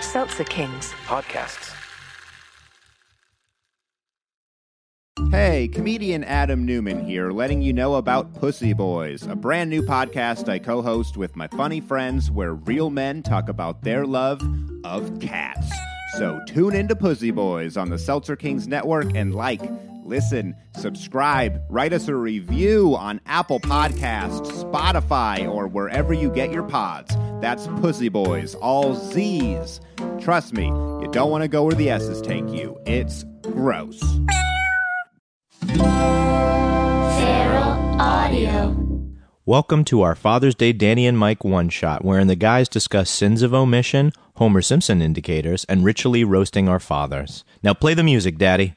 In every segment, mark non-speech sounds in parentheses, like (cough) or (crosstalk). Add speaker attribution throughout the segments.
Speaker 1: Seltzer Kings.
Speaker 2: podcasts.
Speaker 3: Hey, comedian Adam Newman here, letting you know about Pussy Boys, a brand new podcast I co host with my funny friends where real men talk about their love of cats. So tune into Pussy Boys on the Seltzer Kings Network and like, listen, subscribe, write us a review on Apple Podcasts, Spotify, or wherever you get your pods. That's Pussy Boys, all Z's. Trust me, you don't want to go where the S's take you. It's gross.
Speaker 4: Feral Audio.
Speaker 5: Welcome to our Father's Day Danny and Mike one shot, wherein the guys discuss sins of omission, Homer Simpson indicators, and ritually roasting our fathers. Now play the music, Daddy.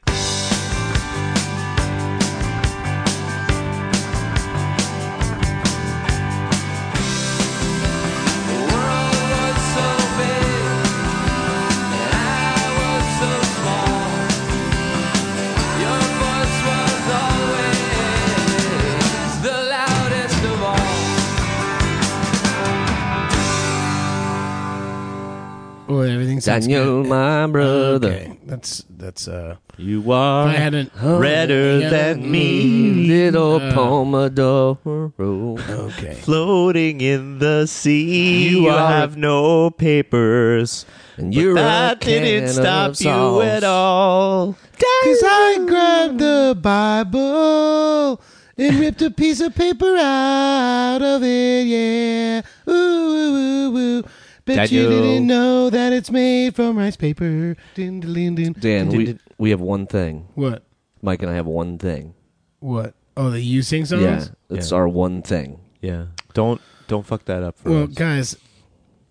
Speaker 6: Well, everything sounds
Speaker 7: Daniel,
Speaker 6: good.
Speaker 7: my brother.
Speaker 6: Okay, that's that's uh.
Speaker 7: You are
Speaker 6: I hadn't.
Speaker 7: redder
Speaker 6: Yeah.
Speaker 7: than me, little Pomodoro.
Speaker 6: Okay.
Speaker 5: (laughs) Floating in the sea,
Speaker 7: You
Speaker 5: you,
Speaker 7: are-
Speaker 5: have no papers.
Speaker 7: And you're
Speaker 5: but
Speaker 7: a
Speaker 5: that
Speaker 7: can
Speaker 5: didn't stop
Speaker 7: of
Speaker 5: you
Speaker 7: sauce.
Speaker 5: at all.
Speaker 6: Cause I grabbed the Bible and ripped a piece of paper out of it. Yeah. Ooh, ooh, ooh, ooh. Bet you
Speaker 5: Daniel.
Speaker 6: didn't know that it's made from rice paper. Din, din, din, din.
Speaker 7: Dan, we we have one thing.
Speaker 6: What?
Speaker 7: Mike and I have one thing.
Speaker 6: What? Oh, the you sing songs?
Speaker 7: Yeah, it's
Speaker 5: Yeah.
Speaker 7: our one thing.
Speaker 5: Yeah, don't don't fuck that up for
Speaker 6: Well,
Speaker 5: us.
Speaker 6: guys,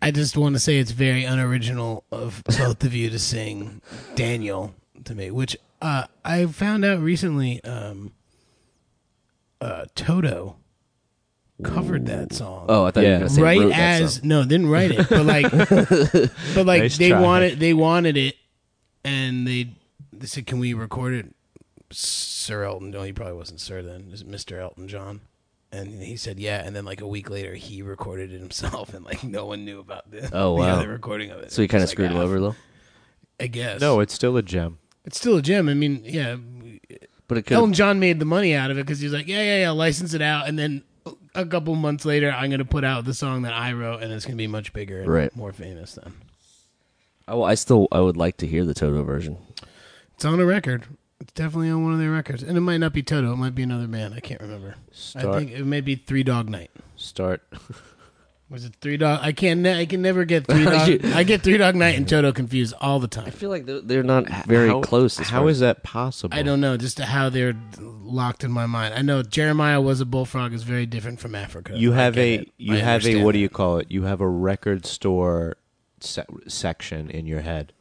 Speaker 6: I just want to say it's very unoriginal of both of you to sing Daniel to me, which uh, I found out recently. Um, uh, Toto covered that song.
Speaker 7: Oh, I thought you were
Speaker 5: Yeah.
Speaker 7: gonna say
Speaker 6: right
Speaker 7: wrote that
Speaker 6: as
Speaker 7: song.
Speaker 6: no, didn't write it, but
Speaker 7: (laughs)
Speaker 6: like, but like
Speaker 5: Nice
Speaker 6: they
Speaker 5: try.
Speaker 6: wanted they wanted it, and they they said, "Can we record it?" Sir Elton, no, he probably wasn't Sir then, is Mister Elton John, and he said, "Yeah," and then like a week later, he recorded it himself, and like no one knew about the
Speaker 7: Oh, wow.
Speaker 6: the other recording of it.
Speaker 7: So you
Speaker 6: It's
Speaker 7: kind of
Speaker 6: like,
Speaker 7: screwed him
Speaker 6: ah,
Speaker 7: over, though.
Speaker 6: I guess.
Speaker 5: no, it's still a gem.
Speaker 6: it's still a gem. I mean, yeah,
Speaker 7: But it
Speaker 6: Elton
Speaker 7: could.
Speaker 6: John made the money out of it because he was like, yeah, yeah, yeah, license it out, and then a couple months later, I'm gonna put out the song that I wrote, and it's gonna be much bigger and
Speaker 7: Right.
Speaker 6: more famous then.
Speaker 7: Oh, I still I would like to hear the Toto version.
Speaker 6: It's on a record. It's definitely on one of their records, and it might not be Toto. It might be another band. I can't remember. I
Speaker 5: Start.
Speaker 6: think it may be Three Dog Night.
Speaker 5: Start.
Speaker 6: Was it Three Dog? I can't. Ne- I can
Speaker 5: (laughs)
Speaker 6: never get Three Dog. I get Three Dog Night and Toto confused all the time.
Speaker 7: I feel like they're, they're not very
Speaker 5: How-
Speaker 7: close. As
Speaker 5: How
Speaker 7: far
Speaker 5: is that possible?
Speaker 6: I don't know just how they're locked in my mind. I know Jeremiah was a bullfrog is very different from Africa.
Speaker 5: You
Speaker 6: I
Speaker 5: have
Speaker 6: get
Speaker 5: a
Speaker 6: it.
Speaker 5: you
Speaker 6: I
Speaker 5: have a
Speaker 6: understand
Speaker 5: what do
Speaker 6: that.
Speaker 5: you call it? You have a record store se- section in your head.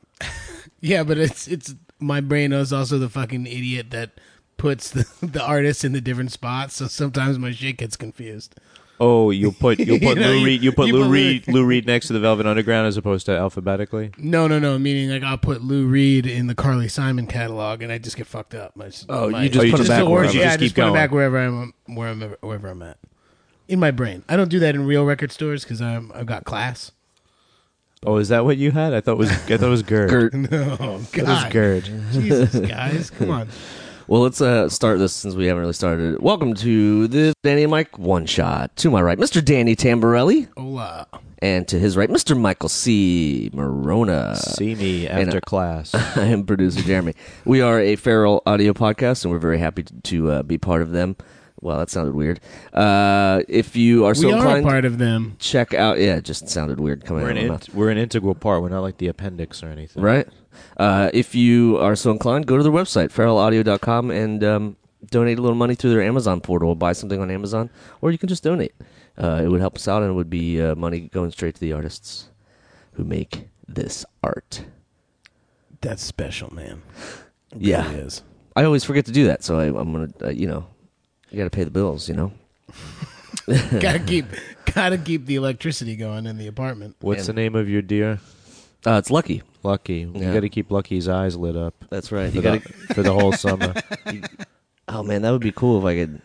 Speaker 6: Yeah, but it's it's my brain is also the fucking idiot that puts the, (laughs) the artists in the different spots. So sometimes my shit gets confused.
Speaker 5: Oh, you'll put
Speaker 7: (laughs)
Speaker 5: you'll put
Speaker 6: know,
Speaker 5: Lou
Speaker 6: you-
Speaker 5: Reed you put
Speaker 6: you
Speaker 5: Lou
Speaker 6: put Lou-
Speaker 5: Reed Lou Reed next to the Velvet Underground as opposed to alphabetically.
Speaker 6: No, no, no. Meaning, like, I'll put Lou Reed in the Carly Simon catalog, and I just get fucked up. My,
Speaker 7: Oh,
Speaker 6: my-
Speaker 7: you just
Speaker 5: Oh, you
Speaker 7: put
Speaker 5: just
Speaker 7: it back.
Speaker 6: the
Speaker 5: wherever.
Speaker 6: origin-
Speaker 5: You
Speaker 6: yeah,
Speaker 5: just
Speaker 6: I
Speaker 5: keep
Speaker 6: just put it
Speaker 5: going.
Speaker 6: back wherever I'm, where I'm, wherever I'm at, in my brain. I don't do that in real record stores because I'm I've got class.
Speaker 5: Oh, is that what you had? I thought it was I thought
Speaker 7: (laughs)
Speaker 5: it was Gerd.
Speaker 7: Gerd.
Speaker 6: No,
Speaker 5: It was
Speaker 7: (laughs)
Speaker 6: God,
Speaker 5: Gerd.
Speaker 6: Jesus, guys, come on.
Speaker 7: Well, let's uh, start this since we haven't really started. it. Welcome to the Danny and Mike one shot. To my right, Mr. Danny Tamborelli,
Speaker 6: Hola.
Speaker 7: and to his right, Mr. Michael C. Morona.
Speaker 5: See me
Speaker 7: and,
Speaker 5: after
Speaker 7: uh,
Speaker 5: class.
Speaker 7: (laughs) I am producer Jeremy. We are a feral audio podcast, and we're very happy to uh, be part of them. Well, that sounded weird. Uh, if you are so
Speaker 6: we are a
Speaker 7: inclined,
Speaker 6: part of them.
Speaker 7: check out. Yeah, it just sounded weird coming
Speaker 5: We're
Speaker 7: out
Speaker 5: an
Speaker 7: of my
Speaker 5: in,
Speaker 7: mouth.
Speaker 5: we're an integral part. We're not like the appendix or anything.
Speaker 7: Right? Uh, if you are so inclined, go to their website, feralaudio.com, and um, donate a little money through their Amazon portal. Buy something on Amazon, or you can just donate. Uh, it would help us out, and it would be uh, money going straight to the artists who make this art.
Speaker 6: That's special, man.
Speaker 7: Yeah.
Speaker 6: It is.
Speaker 7: I always forget to do that, so I, I'm gonna, uh, you know, you gotta pay the bills, you know.
Speaker 6: gotta keep gotta keep the electricity going in the apartment.
Speaker 5: What's
Speaker 7: And-
Speaker 5: the name of your deer?
Speaker 7: Uh, it's lucky.
Speaker 5: Lucky. You
Speaker 7: Yeah.
Speaker 5: got to keep Lucky's eyes lit up.
Speaker 7: That's right.
Speaker 5: For
Speaker 7: You gotta. (laughs)
Speaker 5: the, for the whole summer.
Speaker 7: Oh man, that would be cool if I could.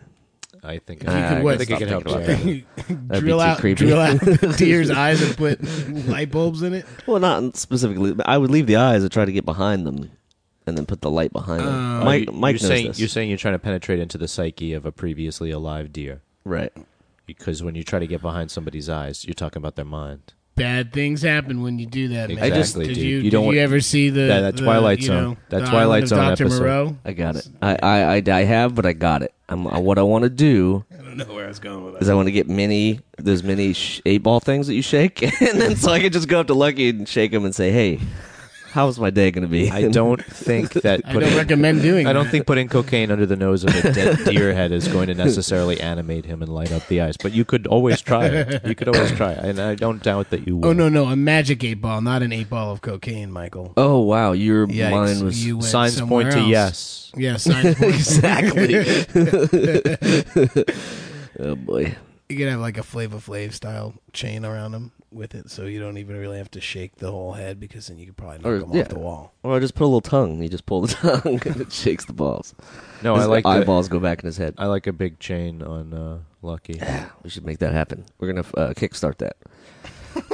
Speaker 5: I think
Speaker 6: You
Speaker 5: I,
Speaker 6: could
Speaker 7: I
Speaker 6: what?
Speaker 7: gotta
Speaker 5: think I can help you. out.
Speaker 6: (laughs)
Speaker 7: be
Speaker 6: drill
Speaker 7: too
Speaker 6: out,
Speaker 7: creepy.
Speaker 5: (laughs)
Speaker 6: drill out deer's eyes and put light bulbs in it.
Speaker 7: Well, not specifically. But I would leave the eyes and try to get behind them, and then put the light behind them.
Speaker 5: Oh,
Speaker 7: Mike,
Speaker 5: you-
Speaker 7: Mike knows
Speaker 5: you're saying
Speaker 7: this.
Speaker 5: you're saying you're trying to penetrate into the psyche of a previously alive deer
Speaker 7: right.
Speaker 5: because when you try to get behind somebody's eyes, you're talking about their mind.
Speaker 6: Bad things happen when you do that. Man.
Speaker 5: Exactly,
Speaker 6: I just, did
Speaker 5: dude.
Speaker 6: you,
Speaker 5: You
Speaker 6: did
Speaker 5: don't want-
Speaker 6: you ever see the
Speaker 5: That- that
Speaker 6: the,
Speaker 5: Twilight
Speaker 6: you
Speaker 5: Zone.
Speaker 6: know,
Speaker 5: That
Speaker 6: the
Speaker 5: Twilight
Speaker 6: Island of
Speaker 5: Zone
Speaker 6: Dr.
Speaker 5: episode.
Speaker 6: Moreau?
Speaker 7: I got it. I, I, I, I have, but I got it. I'm, I, what I want to do
Speaker 6: I don't know where I was going with that.
Speaker 7: is I want to get mini those mini sh- eight ball things that you shake, (laughs) and then so I can just go up to Lucky and shake him and say, "Hey, how's my day gonna (laughs) be?"
Speaker 5: I don't think that
Speaker 6: I
Speaker 5: putting-
Speaker 6: don't recommend doing.
Speaker 5: I don't
Speaker 6: that.
Speaker 5: think putting cocaine under the nose of a dead
Speaker 7: (laughs)
Speaker 5: deer head is going to necessarily animate him and light up the eyes, but you could always try it. You could always try it, and I don't doubt that you will.
Speaker 6: Oh no, no, a magic eight ball, not an eight ball of cocaine, Michael.
Speaker 7: Oh wow, your
Speaker 6: Yikes,
Speaker 7: mind was.
Speaker 6: you went
Speaker 5: Signs
Speaker 6: somewhere
Speaker 5: point to
Speaker 6: else.
Speaker 5: yes. (laughs)
Speaker 6: Yeah, signs point exactly.
Speaker 7: oh boy.
Speaker 6: You could have like a Flava Flav style chain around them with it, so you don't even really have to shake the whole head because then you could probably knock
Speaker 7: Or-
Speaker 6: them
Speaker 7: yeah.
Speaker 6: off the wall.
Speaker 7: Or I just put a little tongue. You just pull the (laughs) tongue and it shakes the balls.
Speaker 5: No,
Speaker 7: his
Speaker 5: Oh, I like the-
Speaker 7: eyeballs go back in his head.
Speaker 5: I like a big chain on uh, Lucky.
Speaker 7: we should make that happen. We're gonna uh, kickstart that.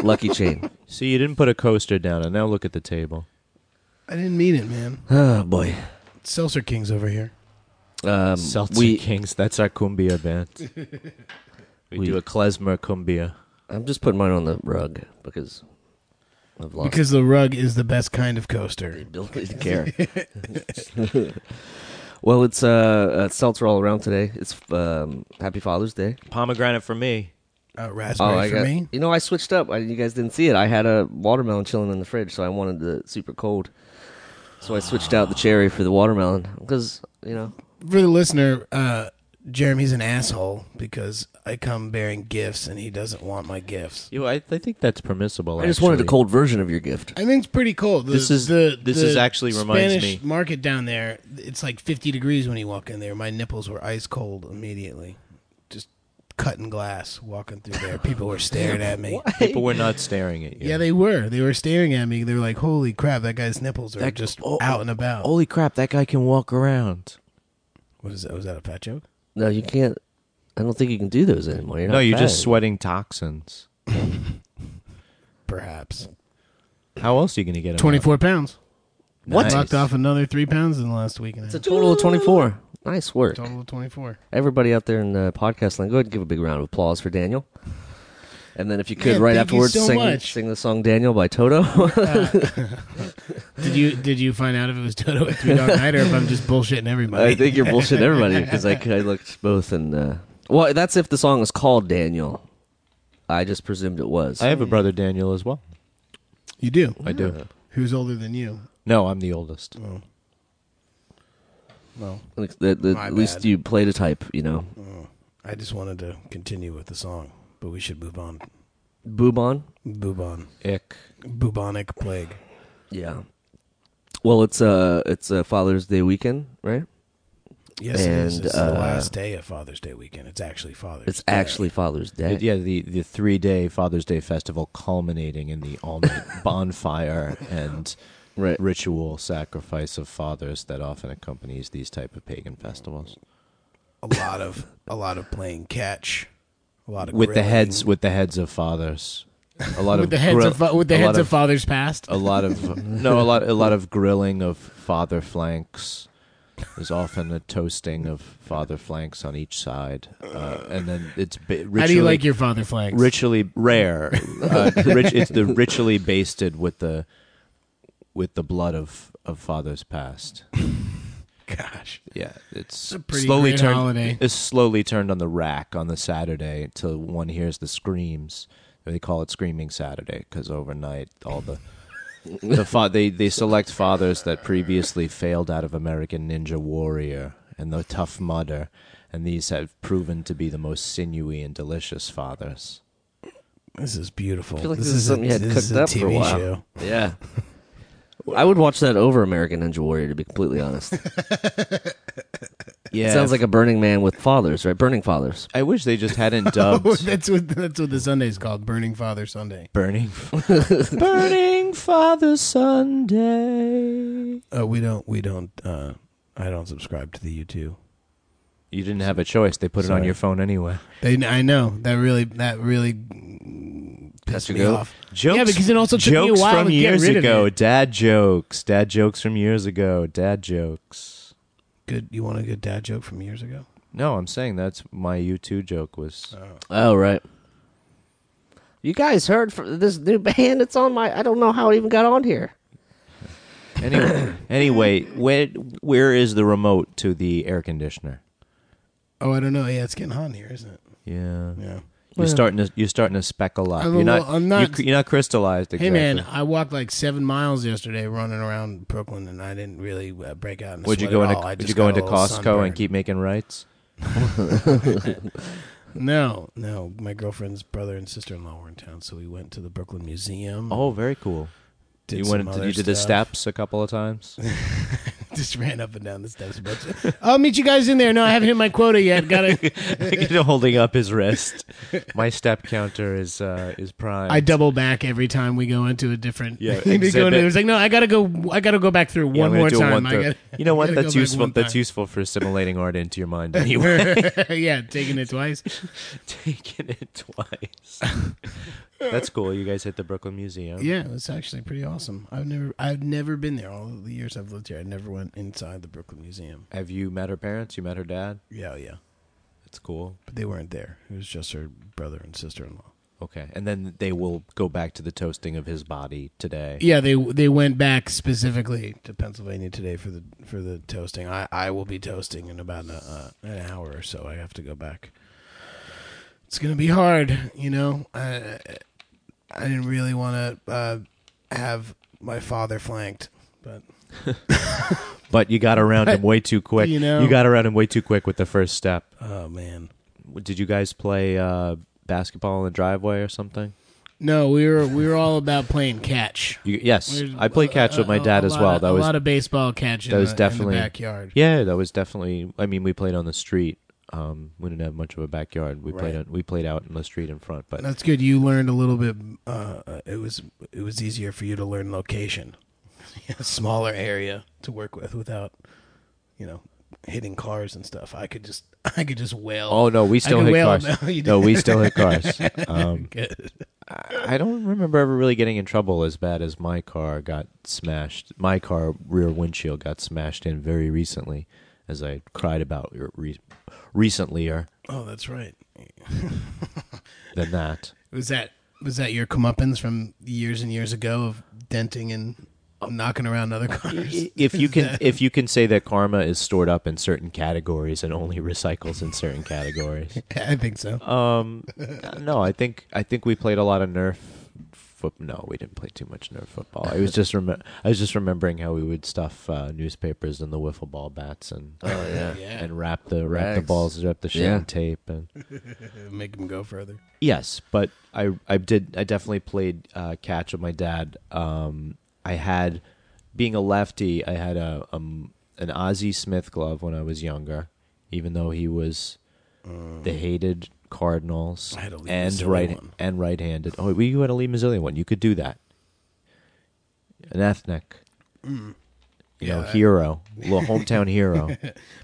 Speaker 7: Lucky chain.
Speaker 5: See, you didn't put a coaster down, and now look at the table.
Speaker 6: I didn't mean it, man.
Speaker 7: Oh boy.
Speaker 6: Seltzer King's over here.
Speaker 7: Um,
Speaker 5: Celtic
Speaker 7: we.
Speaker 5: Kings. That's our cumbia
Speaker 6: (laughs)
Speaker 5: band. We,
Speaker 7: We-
Speaker 5: do a klezmer cumbia.
Speaker 7: I'm just putting mine on the rug because I've lost
Speaker 6: Because the rug is the best kind of coaster.
Speaker 7: ability to care. (laughs) well, it's uh, uh, seltzer all around today. It's um, Happy Father's Day.
Speaker 5: Pomegranate for me.
Speaker 6: Uh, raspberry
Speaker 7: Oh, I
Speaker 6: for
Speaker 7: got
Speaker 6: me.
Speaker 7: you know I switched up. I, you guys didn't see it. I had a watermelon chilling in the fridge, so I wanted the super cold. So I switched out the cherry for the watermelon because you know
Speaker 6: For the listener, uh, Jeremy's an asshole because I come bearing gifts and he doesn't want my gifts.
Speaker 5: You, I, I think that's permissible.
Speaker 7: I just wanted the
Speaker 5: actually.
Speaker 7: cold version of your gift.
Speaker 6: I think it's pretty cold. The-
Speaker 5: This is-
Speaker 6: the,
Speaker 5: this
Speaker 6: the
Speaker 5: is actually reminds me-
Speaker 6: Spanish market down there. It's like 50 degrees when you walk in there. My nipples were ice cold immediately. Just cutting glass walking through there. People were staring
Speaker 5: (laughs)
Speaker 6: at me.
Speaker 5: People were
Speaker 6: (laughs)
Speaker 5: not staring at you.
Speaker 6: Yeah, they were. They were staring at me. They were like, "Holy crap, that guy's nipples are
Speaker 5: That-
Speaker 6: just
Speaker 5: oh,
Speaker 6: out and about."
Speaker 5: Holy crap! That guy can walk around.
Speaker 6: What is that? Was that a fat joke?
Speaker 7: No, you can't. I don't think you can do those anymore. You're
Speaker 5: no,
Speaker 7: not
Speaker 5: you're just
Speaker 7: fat.
Speaker 5: sweating toxins.
Speaker 6: Perhaps.
Speaker 5: How else are you going to get him? out?
Speaker 6: 24 pounds.
Speaker 5: What? Nice.
Speaker 6: Knocked off another three pounds in the last week and a
Speaker 7: It's a
Speaker 6: half.
Speaker 7: total of 24. Nice work.
Speaker 6: Total of 24.
Speaker 7: Everybody out there in uh, podcast land, go ahead and give a big round of applause for Daniel. And then if you could,
Speaker 6: Yeah,
Speaker 7: right
Speaker 6: thank you
Speaker 7: afterwards,
Speaker 6: so
Speaker 7: sing,
Speaker 6: much.
Speaker 7: sing the song Daniel by Toto. (laughs)
Speaker 6: Did you did you find out if it was Toto at Three Dog Night or if I'm just bullshitting everybody?
Speaker 7: I think you're bullshitting everybody because I, I looked both and. Uh, well, that's if the song is called Daniel. I just presumed it was.
Speaker 5: I have a brother Daniel as well.
Speaker 6: you do.
Speaker 5: I do.
Speaker 6: Who's older than you?
Speaker 5: No, I'm the oldest.
Speaker 6: Oh. Well,
Speaker 7: Like, the- the-
Speaker 6: My
Speaker 7: at least
Speaker 6: bad.
Speaker 7: you played a type, you know.
Speaker 6: I just wanted to continue with the song, but we should move on.
Speaker 7: Boobon.
Speaker 6: Move on.
Speaker 5: Ick.
Speaker 6: Bubonic plague.
Speaker 7: Yeah. Well, it's uh, it's uh, Father's Day weekend, right?
Speaker 6: Yes, it is.
Speaker 7: And,
Speaker 6: It's
Speaker 7: uh,
Speaker 6: the last day of Father's Day weekend. It's actually Father's.
Speaker 7: It's
Speaker 6: Day.
Speaker 7: actually Father's Day.
Speaker 5: Yeah, the, the three day Father's Day festival culminating in the all (laughs) night bonfire and
Speaker 7: Right.
Speaker 5: ritual sacrifice of fathers that often accompanies these type of pagan festivals.
Speaker 6: a lot of a lot of playing catch, a lot of
Speaker 5: With the
Speaker 6: grilling.
Speaker 5: heads with the heads of fathers. A lot
Speaker 6: (laughs) with
Speaker 5: of
Speaker 6: the heads
Speaker 5: grill-
Speaker 6: of fa- with the
Speaker 5: a lot uh,
Speaker 6: heads of, fathers past.
Speaker 5: a lot
Speaker 6: (laughs)
Speaker 5: of no a lot a lot of grilling of father flanks there's often a toasting of father flanks on each side uh, and then it's ba- ritually,
Speaker 6: How do you like your father flags?
Speaker 5: ritually rare uh, rit- it's the ritually basted with the with the blood of of fathers past
Speaker 6: gosh,
Speaker 5: yeah it's
Speaker 6: a pretty
Speaker 5: slowly
Speaker 6: great
Speaker 5: turned
Speaker 6: holiday.
Speaker 5: it's slowly turned on the rack on the saturday till one hears the screams they call it screaming saturday because overnight all
Speaker 7: (laughs)
Speaker 5: the the fa- they they select fathers that previously failed out of American Ninja Warrior and the Tough Mudder, and these have proven to be the most sinewy and delicious fathers.
Speaker 6: this is beautiful.
Speaker 7: feel like
Speaker 6: this,
Speaker 7: this is
Speaker 6: a,
Speaker 7: something you had
Speaker 6: this
Speaker 7: cooked
Speaker 6: is a
Speaker 7: up for a
Speaker 6: TV
Speaker 7: while.
Speaker 6: show.
Speaker 7: Yeah. I would watch that over American Ninja Warrior, to be completely (laughs) honest.
Speaker 5: Yeah,
Speaker 7: It sounds like a Burning Man with fathers, right? Burning fathers.
Speaker 5: I wish they just
Speaker 7: (laughs)
Speaker 5: hadn't dubbed
Speaker 6: Oh, (laughs) that's what that's what the Sunday's called, Burning Father Sunday.
Speaker 5: burning,
Speaker 7: (laughs)
Speaker 5: burning Father Sunday.
Speaker 6: Uh, we don't we don't. Uh, I don't subscribe to the U two.
Speaker 5: You didn't have a choice. They put it on
Speaker 7: Sorry.
Speaker 5: your phone anyway.
Speaker 6: They, I know that really that really pissed me off.
Speaker 5: Jokes,
Speaker 6: yeah, because it also took me a
Speaker 5: jokes
Speaker 6: while
Speaker 5: from
Speaker 6: to
Speaker 5: years
Speaker 6: get rid
Speaker 5: ago.
Speaker 6: of it.
Speaker 5: Dad jokes. Dad jokes from years ago. Dad jokes.
Speaker 6: Good, you want a good dad joke from years ago?
Speaker 5: No, I'm saying that's my U2 joke was.
Speaker 7: Oh right. You guys heard from this new band? It's on my. I don't know how it even got on here.
Speaker 6: (coughs)
Speaker 5: Anyway, anyway, where where is the remote to the air conditioner?
Speaker 6: Oh, I don't know. Yeah, it's getting hot in here, isn't it?
Speaker 5: Yeah.
Speaker 6: Yeah.
Speaker 5: You're starting to you're starting to speckle up.
Speaker 6: I'm a
Speaker 5: you're not,
Speaker 6: little- I'm not-
Speaker 5: you're, cr- you're not crystallized. Exactly.
Speaker 6: Hey man, I walked like seven miles yesterday running around Brooklyn, and I didn't really uh, break out. In a
Speaker 5: would you
Speaker 6: sweat
Speaker 5: go
Speaker 6: at
Speaker 5: into
Speaker 6: all. I
Speaker 5: would
Speaker 6: just
Speaker 5: you go
Speaker 6: got a
Speaker 5: into
Speaker 6: little
Speaker 5: Costco
Speaker 6: sunburn.
Speaker 5: and keep making rights?
Speaker 6: No, no. My girlfriend's brother and sister in law were in town, so we went to the Brooklyn Museum.
Speaker 5: Oh, very cool.
Speaker 6: Mm. did
Speaker 5: you
Speaker 6: some
Speaker 5: went
Speaker 6: other
Speaker 5: you did the
Speaker 6: stuff.
Speaker 5: steps a couple of times.
Speaker 6: (laughs) Just ran up and down the steps a bunch. (laughs) I'll meet you guys in there. No, I haven't hit my quota
Speaker 5: (laughs)
Speaker 6: yet. Gotta.
Speaker 5: holding up his
Speaker 6: (laughs)
Speaker 5: wrist. My step counter is uh, is prime.
Speaker 6: I double back every time we go into a different.
Speaker 5: Yeah,
Speaker 6: (laughs) we go into,
Speaker 5: exhibit.
Speaker 6: it was like no, I gotta go. I gotta go back through one more time. (laughs) I gotta-
Speaker 5: (laughs) you know what?
Speaker 6: gotta go
Speaker 5: That's
Speaker 6: back
Speaker 5: useful.
Speaker 6: one
Speaker 5: That's
Speaker 6: time.
Speaker 5: useful for assimilating art into your
Speaker 6: (laughs)
Speaker 5: mind. Anyway, (laughs)
Speaker 6: yeah, taking it twice.
Speaker 5: taking it twice. (laughs) That's cool. You guys hit the Brooklyn Museum.
Speaker 6: Yeah, it's actually pretty awesome. I've never, I've never been there. All the years I've lived here, I never went inside the Brooklyn Museum.
Speaker 5: Have you met her parents? You met her dad.
Speaker 6: Yeah, yeah,
Speaker 5: That's cool.
Speaker 6: but they weren't there. It was just her brother and sister in law.
Speaker 5: Okay, and then they will go back to the toasting of his body today.
Speaker 6: Yeah, they they went back specifically to Pennsylvania today for the for the toasting. I, I will be toasting in about a, uh, an hour or so. I have to go back. It's gonna be hard, you know. I I didn't really want to uh, have my father flanked, but
Speaker 5: But you got around him way too quick.
Speaker 6: (laughs) You know-
Speaker 5: you got around him way too quick with the first step.
Speaker 6: oh man.
Speaker 5: Did you guys play uh, basketball in the driveway or something?
Speaker 6: No, we were we were all about playing catch.
Speaker 5: You, yes,
Speaker 6: We're-
Speaker 5: I played catch with my dad
Speaker 6: a
Speaker 5: as
Speaker 6: lot
Speaker 5: well.
Speaker 6: of-
Speaker 5: that
Speaker 6: a
Speaker 5: was
Speaker 6: lot of baseball catch. in
Speaker 5: that was
Speaker 6: the- in the
Speaker 5: definitely
Speaker 6: backyard.
Speaker 5: Yeah, that was definitely. I mean, we played on the street. Um, we didn't have much of a backyard. We played on,
Speaker 6: Right.
Speaker 5: we played out in the street in front, but
Speaker 6: That's good. You learned a little bit. Uh, uh, it was it was easier for you to learn location, (laughs) a smaller area to work with without, you know, hitting cars and stuff. I could just (laughs) I could just wail.
Speaker 5: oh no, we
Speaker 6: I
Speaker 5: still
Speaker 6: could
Speaker 5: hit
Speaker 6: wail.
Speaker 5: cars.
Speaker 6: No, (laughs) you
Speaker 5: No, we still hit cars. Um,
Speaker 6: (laughs) Good.
Speaker 5: I don't remember ever really getting in trouble as bad as my car got smashed. My car rear windshield got smashed in very recently, as I cried about re- recently or
Speaker 6: Oh, that's right.
Speaker 5: than that.
Speaker 6: Was that was that your comeuppance from years and years ago of denting and knocking
Speaker 5: (laughs)
Speaker 6: around other cars? (laughs)
Speaker 5: if you can if you can say that karma is stored up in certain categories and only recycles in certain categories.
Speaker 7: (laughs)
Speaker 6: I think so.
Speaker 5: Um, no, I think I think we played a lot of Nerf. Foot- no, we didn't play too much Nerf football. I was just rem- I was just remembering how we would stuff uh, newspapers in the wiffle ball bats and
Speaker 7: Oh, yeah.
Speaker 6: yeah,
Speaker 5: and wrap the wrap the
Speaker 7: Rags.
Speaker 5: balls up the shit
Speaker 7: Yeah.
Speaker 5: in tape and
Speaker 6: make them go further.
Speaker 5: Yes, but I I did I definitely played uh, catch with my dad. Um, I had being a lefty, I had a um, an Ozzie Smith glove when I was younger, even though he was the hated Cardinals
Speaker 6: I had a Lee
Speaker 5: and
Speaker 6: Mazzilli
Speaker 5: right
Speaker 6: one.
Speaker 5: and right-handed. Oh, you had a Lee Mazzilli one. You could do that. An ethnic, you know,
Speaker 6: Mm. Yeah, I-
Speaker 5: hero, little hometown hero.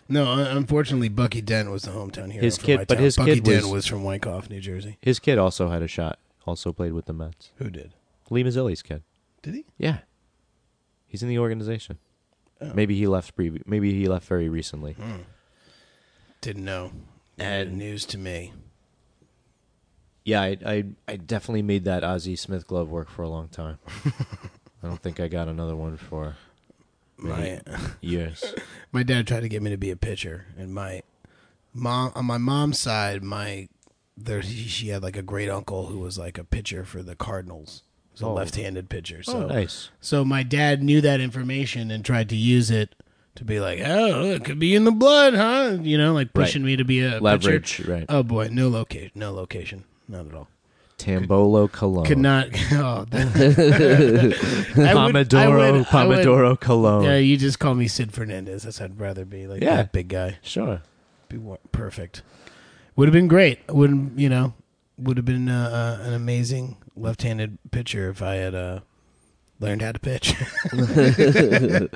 Speaker 6: No, un- unfortunately, Bucky Dent was the hometown hero.
Speaker 5: His
Speaker 6: for
Speaker 5: kid-
Speaker 6: my
Speaker 5: but
Speaker 6: town.
Speaker 5: his
Speaker 6: Bucky
Speaker 5: kid
Speaker 6: Dent
Speaker 5: was-
Speaker 6: was from Wyckoff, New Jersey.
Speaker 5: His kid also had a shot. Also played with the Mets.
Speaker 6: Who did?
Speaker 5: Lee Mazzilli's kid.
Speaker 6: Did he?
Speaker 5: Yeah, he's in the organization.
Speaker 6: Oh.
Speaker 5: Maybe he left. Pre- maybe he left very recently.
Speaker 6: Hmm. Didn't know. news to me.
Speaker 5: Yeah, I, I I definitely made that Ozzy Smith glove work for a long
Speaker 6: (laughs)
Speaker 5: time. I don't think I got another one for
Speaker 6: My (laughs)
Speaker 5: years.
Speaker 6: my dad tried to get me to be a pitcher, and my mom on my mom's side, my there she had like a great uncle who was like a pitcher for the Cardinals. He was a
Speaker 5: Oh.
Speaker 6: left-handed pitcher. So
Speaker 5: oh, nice.
Speaker 6: so my dad knew that information and tried to use it to be like, oh, it could be in the blood, huh? You know, like
Speaker 5: Right.
Speaker 6: pushing me to be a pitcher.
Speaker 5: Leverage, Oh. right.
Speaker 6: Oh boy, no location, no location, not at all.
Speaker 5: Tambolo Cologne.
Speaker 6: Could not. (laughs) Oh, that,
Speaker 5: (laughs)
Speaker 6: (laughs) I would- I
Speaker 5: Pomodoro,
Speaker 6: would- I would-
Speaker 5: Pomodoro Cologne.
Speaker 6: Yeah, you just call me Sid Fernandez. That's I'd rather be like
Speaker 5: Yeah.
Speaker 6: that big guy.
Speaker 5: Sure.
Speaker 6: Be wa- perfect. Would have been great. Wouldn't you know? Would have been uh, uh, an amazing left-handed pitcher if I had uh, learned how to pitch. (laughs) Could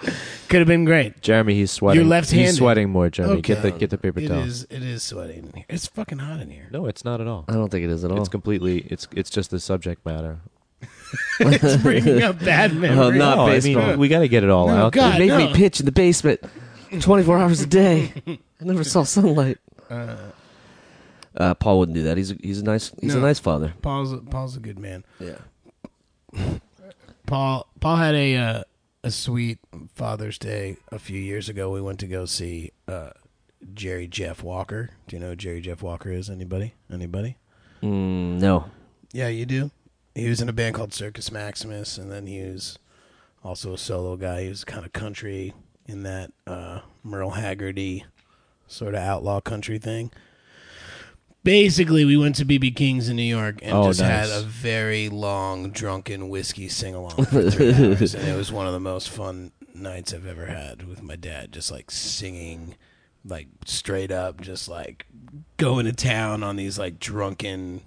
Speaker 6: have been great.
Speaker 5: Jeremy, he's sweating.
Speaker 6: You're left-handed.
Speaker 5: He's sweating more, Jeremy.
Speaker 6: Okay.
Speaker 5: Get the get the paper
Speaker 6: It
Speaker 5: towel.
Speaker 6: is. Uh, It is sweating. in here. It's fucking hot in here.
Speaker 5: No, it's not at all.
Speaker 7: I don't think it is at all.
Speaker 5: It's completely. It's it's just the subject matter.
Speaker 7: (laughs)
Speaker 6: it's bringing up bad memories.
Speaker 7: Oh, (laughs) not
Speaker 5: No, I mean,
Speaker 7: baseball.
Speaker 5: we got to get it all
Speaker 6: No,
Speaker 5: out.
Speaker 6: God.
Speaker 5: there.
Speaker 7: It made
Speaker 6: no.
Speaker 7: me pitch in the basement 24 hours a day. I never saw sunlight. Uh, Paul wouldn't do that. He's a, he's a nice he's a
Speaker 6: No.
Speaker 7: nice father.
Speaker 6: Paul's Paul's a good man.
Speaker 7: Yeah.
Speaker 6: Paul Paul had a uh, a sweet Father's Day a few years ago. We went to go see uh, Jerry Jeff Walker. Do you know who Jerry Jeff Walker is? Anybody? Anybody?
Speaker 7: Mm, no.
Speaker 6: Yeah, you do. He was in a band called Circus Maximus, and then he was also a solo guy. He was kind of country in that uh, Merle Haggerty sort of outlaw country thing. Basically, we went to BB King's in New York and
Speaker 5: Oh,
Speaker 6: just
Speaker 5: nice.
Speaker 6: had a very long drunken whiskey
Speaker 5: (laughs)
Speaker 6: sing along for three hours, and it was one of the most fun nights I've ever had with my dad. Just like singing, like straight up, just like going to town on these like drunken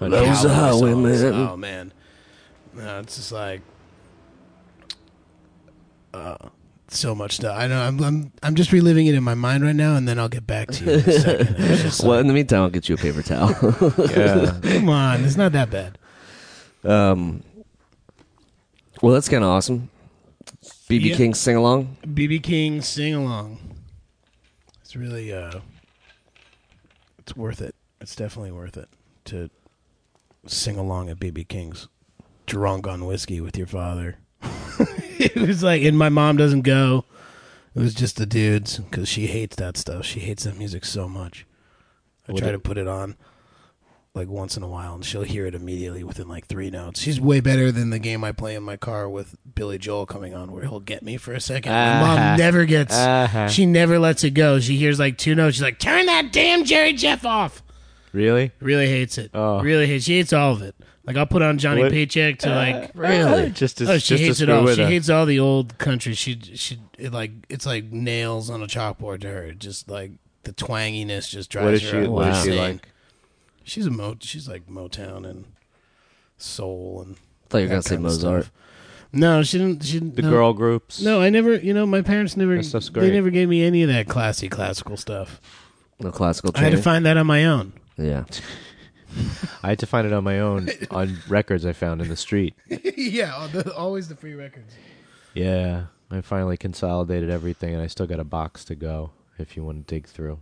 Speaker 7: Those
Speaker 6: Cowboy
Speaker 7: highwaymen.
Speaker 6: songs. Oh man, no, it's just like uh, so much stuff. I know I'm, I'm I'm just reliving it in my mind right now, and then I'll get back to you. In a second. It's just
Speaker 7: Well,
Speaker 6: like,
Speaker 7: in the meantime, I'll get you a paper (laughs) towel.
Speaker 5: Yeah.
Speaker 6: come on, it's not that bad.
Speaker 7: um, well, that's kind of awesome. BB
Speaker 6: Yeah.
Speaker 7: King sing along.
Speaker 6: BB King sing along. It's really uh, it's worth it. It's definitely worth it to sing along at BB King's, drunk on whiskey with your father. (laughs) it was like, and my mom doesn't go. It was just the dudes because she hates that stuff. She hates that music so much. I
Speaker 5: What
Speaker 6: try
Speaker 5: did-
Speaker 6: to put it on like once in a while, and she'll hear it immediately within like three notes. She's way better than the game I play in my car with Billy Joel coming on, where he'll get me for a 2nd My
Speaker 5: Uh-huh.
Speaker 6: mom never gets.
Speaker 5: Uh-huh.
Speaker 6: She never lets it go. She hears like two notes. She's like, "Turn that damn Jerry Jeff off."
Speaker 5: Really?
Speaker 6: Really hates it.
Speaker 5: Oh.
Speaker 6: Really hates. She hates all of it. Like I'll put on Johnny
Speaker 5: What? Uh-huh.
Speaker 6: Paycheck to like.
Speaker 5: Just to,
Speaker 6: Oh, she
Speaker 5: just
Speaker 6: hates
Speaker 5: to
Speaker 6: it
Speaker 5: screw
Speaker 6: all.
Speaker 5: with
Speaker 6: She
Speaker 5: her.
Speaker 6: hates all the old country. She she it like it's like nails on a chalkboard to her. Just like the twanginess just drives
Speaker 5: What is
Speaker 6: her.
Speaker 5: she? What is
Speaker 6: Wow.
Speaker 5: she
Speaker 6: insane.
Speaker 5: like?
Speaker 6: She's a mo. She's like Motown and soul and.
Speaker 7: I thought you were
Speaker 6: that
Speaker 7: gonna say
Speaker 6: kind of
Speaker 7: Mozart.
Speaker 6: stuff. No, she didn't. She didn't.
Speaker 5: The
Speaker 6: no.
Speaker 5: girl groups.
Speaker 6: No, I never. You know, my parents never.
Speaker 5: That stuff's
Speaker 6: They
Speaker 5: great.
Speaker 6: never gave me any of that classy classical stuff.
Speaker 7: No classical
Speaker 6: I had
Speaker 7: training.
Speaker 6: to find that on my own.
Speaker 7: yeah.
Speaker 5: I had to find it on my own on records I found in the street.
Speaker 6: (laughs) yeah, all the, always the free records.
Speaker 5: Yeah, I finally consolidated everything, and I still got a box to go if you want to dig through.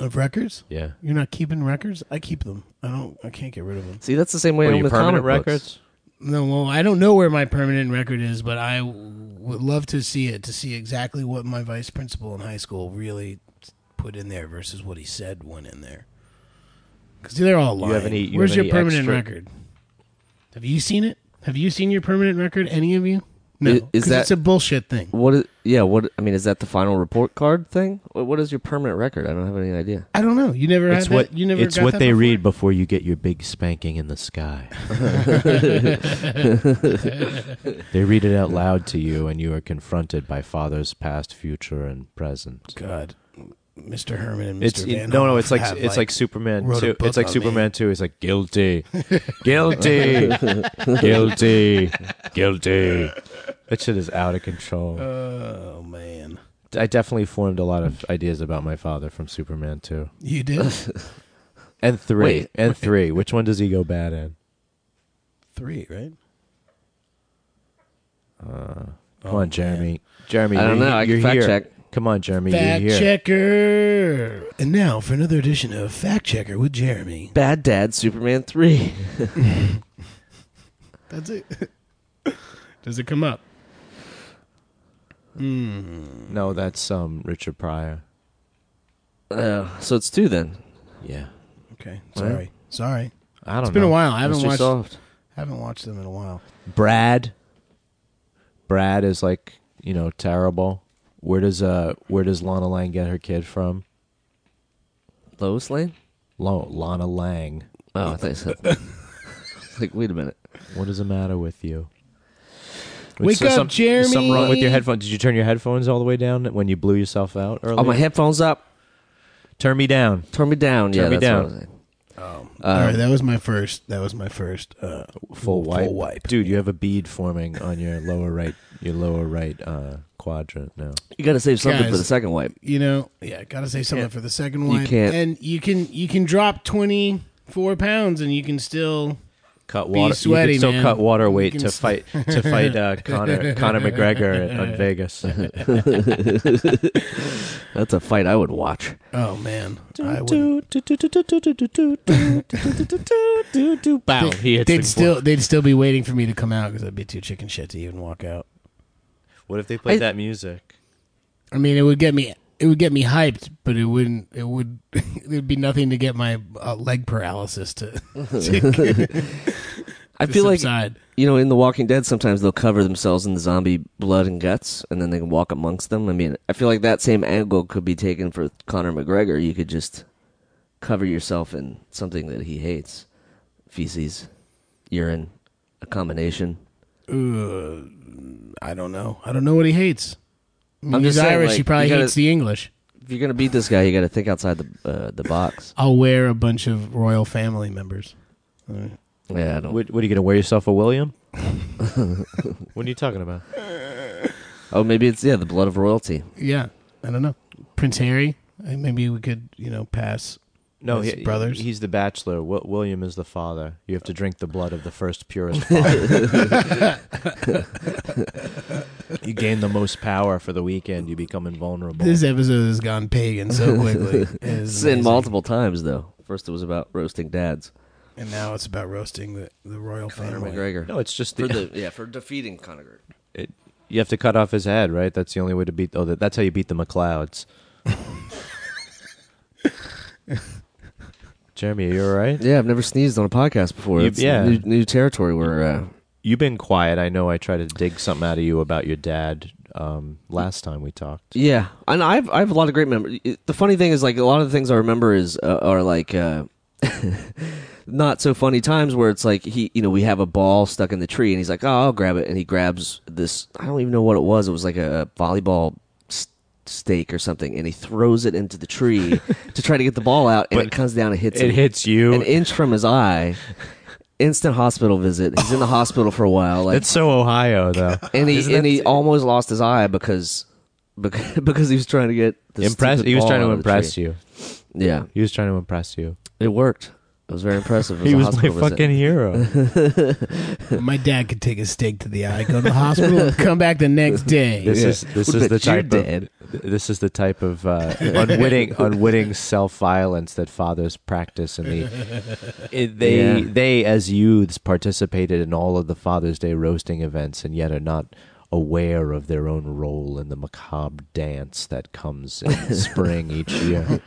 Speaker 6: Of records?
Speaker 5: Yeah.
Speaker 6: You're not keeping records? I keep them. I don't. I can't get rid of them.
Speaker 7: See, that's the same way
Speaker 5: What,
Speaker 7: I'm
Speaker 5: your
Speaker 7: with
Speaker 5: permanent
Speaker 7: comic books.
Speaker 5: records?
Speaker 6: No, well, I don't know where my permanent record is, but I w- would love to see it to see exactly what my vice principal in high school really put in there versus what he said went in there. Because they're all lying.
Speaker 5: have any- you
Speaker 6: Where's
Speaker 5: have
Speaker 6: your
Speaker 5: any
Speaker 6: permanent
Speaker 5: extra-
Speaker 6: record? Have you seen it? Have you seen your permanent record? Any of you? No,
Speaker 7: I- is
Speaker 6: 'cause
Speaker 7: that-
Speaker 6: it's a bullshit thing.
Speaker 7: What is? Yeah. What? I mean, is that the final report card thing? What what is your permanent record? I don't have any idea.
Speaker 6: I don't know. You never
Speaker 5: It's
Speaker 6: had
Speaker 5: what
Speaker 6: that. You never.
Speaker 5: it's
Speaker 6: got
Speaker 5: what
Speaker 6: that
Speaker 5: they
Speaker 6: before?
Speaker 5: read before you get your big spanking in the
Speaker 6: (laughs)
Speaker 5: sky. they read it out loud to you, and you are confronted by father's past, future, and present.
Speaker 6: God, Mr. Herman and Mr.
Speaker 5: It's
Speaker 6: Van
Speaker 5: no, no.
Speaker 6: Hove
Speaker 5: It's like
Speaker 6: have,
Speaker 5: it's like, Superman
Speaker 6: wrote a
Speaker 5: two.
Speaker 6: book
Speaker 5: It's like
Speaker 6: on
Speaker 5: Superman two. He's like guilty,
Speaker 6: (laughs)
Speaker 5: guilty, guilty, guilty. That shit is out of control.
Speaker 6: Oh man,
Speaker 5: I definitely formed a lot of ideas about my father from Superman two (laughs)
Speaker 6: you did
Speaker 5: and three
Speaker 7: Wait.
Speaker 5: and three. Which one does he go bad in?
Speaker 6: three, right? Oh,
Speaker 5: Come on, Jeremy. Jeremy,
Speaker 7: I don't
Speaker 5: you're,
Speaker 7: know. I can
Speaker 5: you're
Speaker 7: fact
Speaker 5: here.
Speaker 7: check.
Speaker 5: Come on, Jeremy.
Speaker 6: Fact
Speaker 5: you're here.
Speaker 6: Checker. And now for another edition of Fact Checker with Jeremy.
Speaker 7: Bad Dad Superman three. (laughs)
Speaker 6: That's it. (laughs) Does it come up?
Speaker 5: No, that's um Richard Pryor.
Speaker 7: Uh, so it's two then.
Speaker 5: Yeah,
Speaker 6: Okay. Sorry. Sorry.
Speaker 5: I don't.
Speaker 6: It's been
Speaker 5: know.
Speaker 6: a while. I haven't
Speaker 7: Mr.
Speaker 6: watched
Speaker 7: Soft.
Speaker 6: haven't watched them in a while.
Speaker 5: Brad. Brad is like you know terrible. Where does uh where does Lana Lang get her kid from?
Speaker 7: Lois Lane.
Speaker 5: Lo- Lana Lang.
Speaker 7: Oh, I thought you
Speaker 6: (laughs)
Speaker 7: said. like, wait a minute.
Speaker 5: What is the matter with you?
Speaker 6: Wake
Speaker 5: So
Speaker 6: up,
Speaker 5: some-
Speaker 6: Jeremy.
Speaker 5: Something wrong with your headphones? Did you turn your headphones all the way down when you blew yourself out? Earlier?
Speaker 7: Oh, my headphones up.
Speaker 5: Turn me down.
Speaker 7: Turn me down. yeah,
Speaker 5: Turn me
Speaker 7: that's
Speaker 5: down.
Speaker 7: what I was saying.
Speaker 6: All
Speaker 7: Um,
Speaker 6: right, that was my first. That was my first uh,
Speaker 5: full wipe.
Speaker 6: Full wipe.
Speaker 5: Dude, you have a bead forming on your lower right your lower right uh, quadrant now.
Speaker 7: You got to save something for
Speaker 6: Guys.
Speaker 7: the second wipe.
Speaker 6: you know, yeah, gotta say something for the second
Speaker 7: You
Speaker 6: one.
Speaker 7: can't-
Speaker 6: and you can you can drop twenty four pounds, and you can still
Speaker 5: Cut water.
Speaker 6: sweaty,
Speaker 5: you can still
Speaker 6: man.
Speaker 5: cut water
Speaker 6: You
Speaker 5: weight
Speaker 6: can
Speaker 5: to
Speaker 6: s-
Speaker 5: fight to fight
Speaker 6: (laughs)
Speaker 5: uh, Conor Conor McGregor in- on (laughs) Vegas.
Speaker 7: That's a fight I would watch.
Speaker 6: Oh man, I would.
Speaker 5: Bow. He hits
Speaker 6: They'd
Speaker 5: the
Speaker 6: still
Speaker 5: floor.
Speaker 6: they'd still be waiting for me to come out because I'd be too chicken shit to even walk out.
Speaker 5: (laughs) What if they played
Speaker 7: I-
Speaker 5: that music?
Speaker 6: I mean, it would get me it would get me hyped, but it wouldn't. It would (laughs) there'd be nothing to get my uh, leg paralysis to, (laughs) to,
Speaker 7: (laughs) I
Speaker 6: to
Speaker 7: feel like
Speaker 6: subside.
Speaker 7: you know in The Walking Dead sometimes they'll cover themselves in the zombie blood and guts, and then they can walk amongst them. I mean, I feel like that same angle could be taken for Conor McGregor. You could just cover yourself in something that he hates: feces, urine, a combination.
Speaker 6: I don't know. I don't know what he hates. I mean,
Speaker 7: I'm
Speaker 6: he's
Speaker 7: just saying,
Speaker 6: Irish.
Speaker 7: like,
Speaker 6: he probably
Speaker 7: you gotta-
Speaker 6: hates the English.
Speaker 7: If you're gonna beat this guy, you got to think outside the uh, the box.
Speaker 6: I'll wear a bunch of royal family members.
Speaker 7: Yeah, I don't.
Speaker 5: What, what are you going to wear yourself a William? what are you talking about?
Speaker 7: Oh, maybe it's yeah, the blood of royalty.
Speaker 6: Yeah, I don't know. Prince Harry. Uh, Maybe we could, you know, pass.
Speaker 5: No,
Speaker 6: His
Speaker 5: he-
Speaker 6: brothers?
Speaker 5: He's the bachelor. Wi- William is the father. You have to drink the blood of the first purest father. you gain the most power for the weekend. You become invulnerable.
Speaker 6: This episode has gone pagan (laughs) so quickly. It is
Speaker 7: It's in
Speaker 6: amazing.
Speaker 7: multiple times though. First, it was about roasting dads.
Speaker 6: and now it's about roasting the, the royal
Speaker 7: Conor
Speaker 6: family.
Speaker 7: McGregor.
Speaker 5: no, it's just the,
Speaker 7: for the yeah for defeating Conor.
Speaker 5: it, you have to cut off his head, right? That's the only way to beat. Oh, that, that's how you beat the McLeods. Jeremy, are you all right?
Speaker 7: Yeah, I've never sneezed on a podcast before.
Speaker 5: You-
Speaker 7: It's
Speaker 5: yeah.
Speaker 7: new, new territory where uh,
Speaker 5: You've been quiet. I know. I tried to dig something out of you about your dad um, last time we talked.
Speaker 7: yeah, and I've I have a lot of great memories. The funny thing is, like a lot of the things I remember is uh, are like. Uh, (laughs) Not so funny times where it's like he, you know, we have a ball stuck in the tree and he's like, "Oh, I'll grab it," and he grabs this. I don't even know what it was. It was like a volleyball s- stake or something, and he throws it into the tree
Speaker 5: (laughs)
Speaker 7: to try to get the ball out, and
Speaker 5: But
Speaker 7: it comes down and hits.
Speaker 5: It
Speaker 7: him.
Speaker 5: hits you.
Speaker 7: an inch from his eye. Instant hospital visit. He's in the hospital for a while. Like,
Speaker 5: That's so Ohio, (laughs) though.
Speaker 7: and he and he almost lost his eye because because, (laughs) because he was trying to get the
Speaker 5: Impress.
Speaker 7: stupid
Speaker 5: He was
Speaker 7: ball
Speaker 5: trying to
Speaker 7: out of the
Speaker 5: impress
Speaker 7: tree.
Speaker 5: you.
Speaker 7: Yeah,
Speaker 5: He was trying to impress you.
Speaker 7: it worked. It was very impressive.
Speaker 5: (laughs)
Speaker 7: It was
Speaker 5: he
Speaker 7: a
Speaker 5: was my
Speaker 7: hospital visit.
Speaker 5: fucking (laughs) hero.
Speaker 6: My dad could take a stake to the eye, go to the hospital, (laughs) and come back the next day.
Speaker 5: This
Speaker 7: Yeah.
Speaker 5: is this
Speaker 7: What
Speaker 5: is
Speaker 7: about
Speaker 5: the
Speaker 7: you,
Speaker 5: type
Speaker 7: Dad?
Speaker 5: of this is the type of uh, (laughs) unwitting unwitting self violence that fathers practice, and they (laughs) it, they
Speaker 7: Yeah.
Speaker 5: they as youths participated in all of the Father's Day roasting events, and yet are not aware of their own role in the macabre dance that comes (laughs) in spring each year.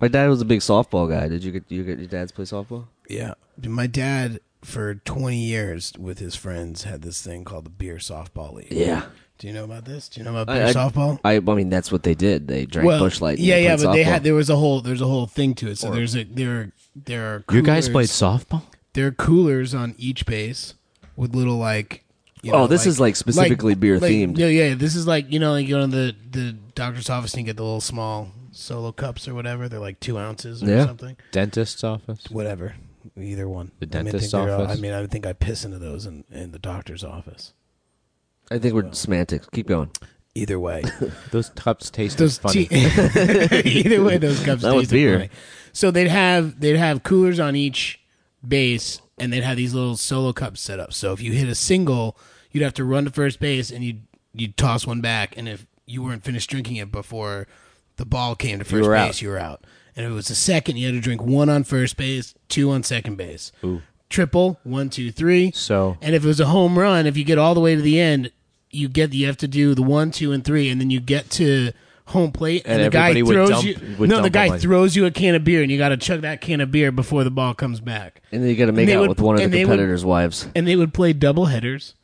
Speaker 7: My dad was a big softball guy. Did you get you get your dad's play softball?
Speaker 6: Yeah. My dad, for 20 years with his friends, had this thing called the Beer Softball League.
Speaker 7: Yeah.
Speaker 6: Do you know about this? Do you know about
Speaker 7: I-
Speaker 6: beer
Speaker 7: I-
Speaker 6: softball?
Speaker 7: I I mean that's what they did. They drank Bush Light. and
Speaker 6: Yeah, yeah,
Speaker 7: played
Speaker 6: but they
Speaker 7: softball.
Speaker 6: had there was a whole there's a whole thing to it. So there's a there there are coolers,
Speaker 5: You guys played softball?
Speaker 6: there are coolers on each base with little like. You
Speaker 7: Oh, this is, like, specifically beer themed.
Speaker 6: Yeah, yeah. This is like you know like you go to the the doctor's office and you get the little small solo cups or whatever. They're like two ounces or
Speaker 7: Yeah.
Speaker 6: something.
Speaker 5: Dentist's office.
Speaker 6: Whatever, either one.
Speaker 5: The
Speaker 6: I mean, I think
Speaker 5: dentist's
Speaker 6: they're all-
Speaker 5: office?
Speaker 6: I mean, I think I piss into those in, in the doctor's office.
Speaker 7: I think we're semantics. Keep going.
Speaker 6: Either way,
Speaker 5: Those cups tasted
Speaker 6: those
Speaker 5: funny.
Speaker 6: tea- (laughs) either way those cups
Speaker 7: That was
Speaker 6: tasted
Speaker 7: beer.
Speaker 6: funny. so they'd have they'd have coolers on each base and they'd have these little solo cups set up so if you hit a single you'd have to run to first base and you'd you'd toss one back and if you weren't finished drinking it before the ball came to first
Speaker 5: were
Speaker 6: base
Speaker 5: out.
Speaker 6: you were out and if it was a second you had to drink one on first base two on second base triple one two three
Speaker 5: So-
Speaker 6: and if it was a home run, if you get all the way to the end, you get you have to do the one, two, and three, and then you get to home plate, and,
Speaker 5: And
Speaker 6: the guy
Speaker 5: everybody would
Speaker 6: throws
Speaker 5: dump-
Speaker 6: you.
Speaker 5: would
Speaker 6: No, the
Speaker 5: dump
Speaker 6: guy
Speaker 5: on you.
Speaker 6: throws you a can of beer, and you got to chug that can of beer before the ball comes back.
Speaker 7: And then you got to make
Speaker 6: they
Speaker 7: out
Speaker 6: would-
Speaker 7: with one of the
Speaker 6: and they would-
Speaker 7: competitors' wives.
Speaker 6: And they would play double headers.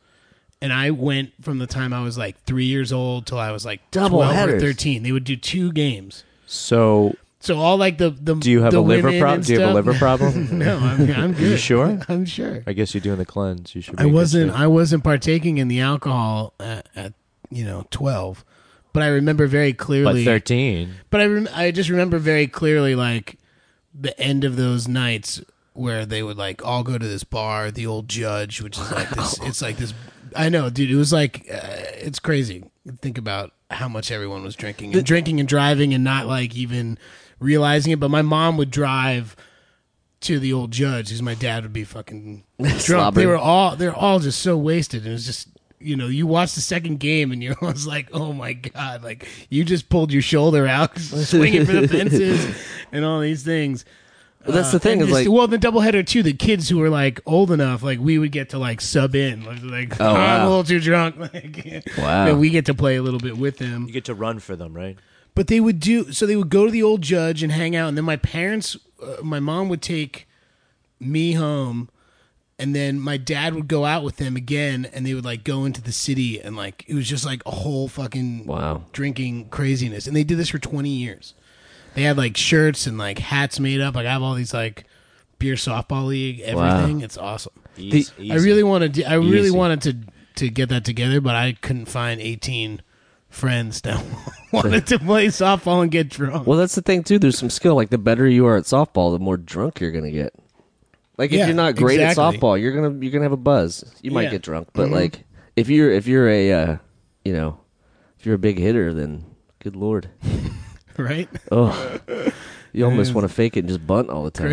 Speaker 6: And I went from the time I was like three years old till I was like
Speaker 7: Double
Speaker 6: 12 or
Speaker 7: headers.
Speaker 6: thirteen. They would do two games.
Speaker 5: So,
Speaker 6: So all like the the
Speaker 5: do you have
Speaker 6: the
Speaker 5: a liver
Speaker 6: women
Speaker 5: problem?
Speaker 6: and
Speaker 5: Do you have a
Speaker 6: stuff-
Speaker 5: liver
Speaker 6: (laughs)
Speaker 5: problem?
Speaker 6: No, I'm, I'm
Speaker 5: (laughs)
Speaker 6: good.
Speaker 5: You sure?
Speaker 6: (laughs) I'm sure.
Speaker 5: I guess you're doing the cleanse. You should. Be
Speaker 6: I
Speaker 5: in good
Speaker 6: wasn't.
Speaker 5: shape.
Speaker 6: I wasn't partaking in the alcohol at, at you know twelve, but I remember very
Speaker 5: But
Speaker 6: clearly.
Speaker 5: thirteen.
Speaker 6: but I rem- I just remember very clearly like the end of those nights where they would like all go to this bar, the old judge, which is like this. It's like this. I know, dude. It was like uh, it's crazy. Think about how much everyone was drinking and drinking and driving and not like even realizing it. But my mom would drive to the old judge because my dad would be fucking drunk. They
Speaker 7: Slobbering.
Speaker 6: were all they're all just so wasted. And it was just you know you watch the second game and you're (laughs) always like, oh my god, like you just pulled your shoulder out, (laughs) swinging for the fences, and all these things.
Speaker 7: Well, that's the thing
Speaker 6: Uh, And
Speaker 7: is
Speaker 6: just-
Speaker 7: like
Speaker 6: well, the doubleheader too. The kids who were like old enough, like we would get to like sub in, like, like
Speaker 7: Oh,
Speaker 6: I'm
Speaker 7: wow.
Speaker 6: a little too drunk. (laughs) Like,
Speaker 7: Wow.
Speaker 6: and we get to play a little bit with them.
Speaker 5: You get to run for them, right?
Speaker 6: But they would do so. They would go to the old judge and hang out, and then my parents, uh, my mom would take me home, and then my dad would go out with them again, and they would like go into the city, and like it was just like a whole fucking
Speaker 7: Wow.
Speaker 6: drinking craziness, and they did this for twenty years. They had like shirts and like hats made up. Like I have all these like beer softball league, everything. It's awesome.
Speaker 5: Easy,
Speaker 6: I really wanted. To, I really
Speaker 7: Easy.
Speaker 6: wanted to to get that together, but I couldn't find eighteen friends that (laughs) wanted to play softball and get drunk.
Speaker 7: well that's the thing too. There's some skill. Like the better you are at softball, the more drunk you're gonna get. Like if
Speaker 6: Yeah,
Speaker 7: you're not great at
Speaker 6: exactly.
Speaker 7: softball, you're gonna you're gonna have a buzz. You might
Speaker 6: Yeah.
Speaker 7: get drunk, but like if you're if you're a uh, you know if you're a big hitter, then good lord,
Speaker 6: right?
Speaker 7: oh, you almost want to fake it and just bunt all the time.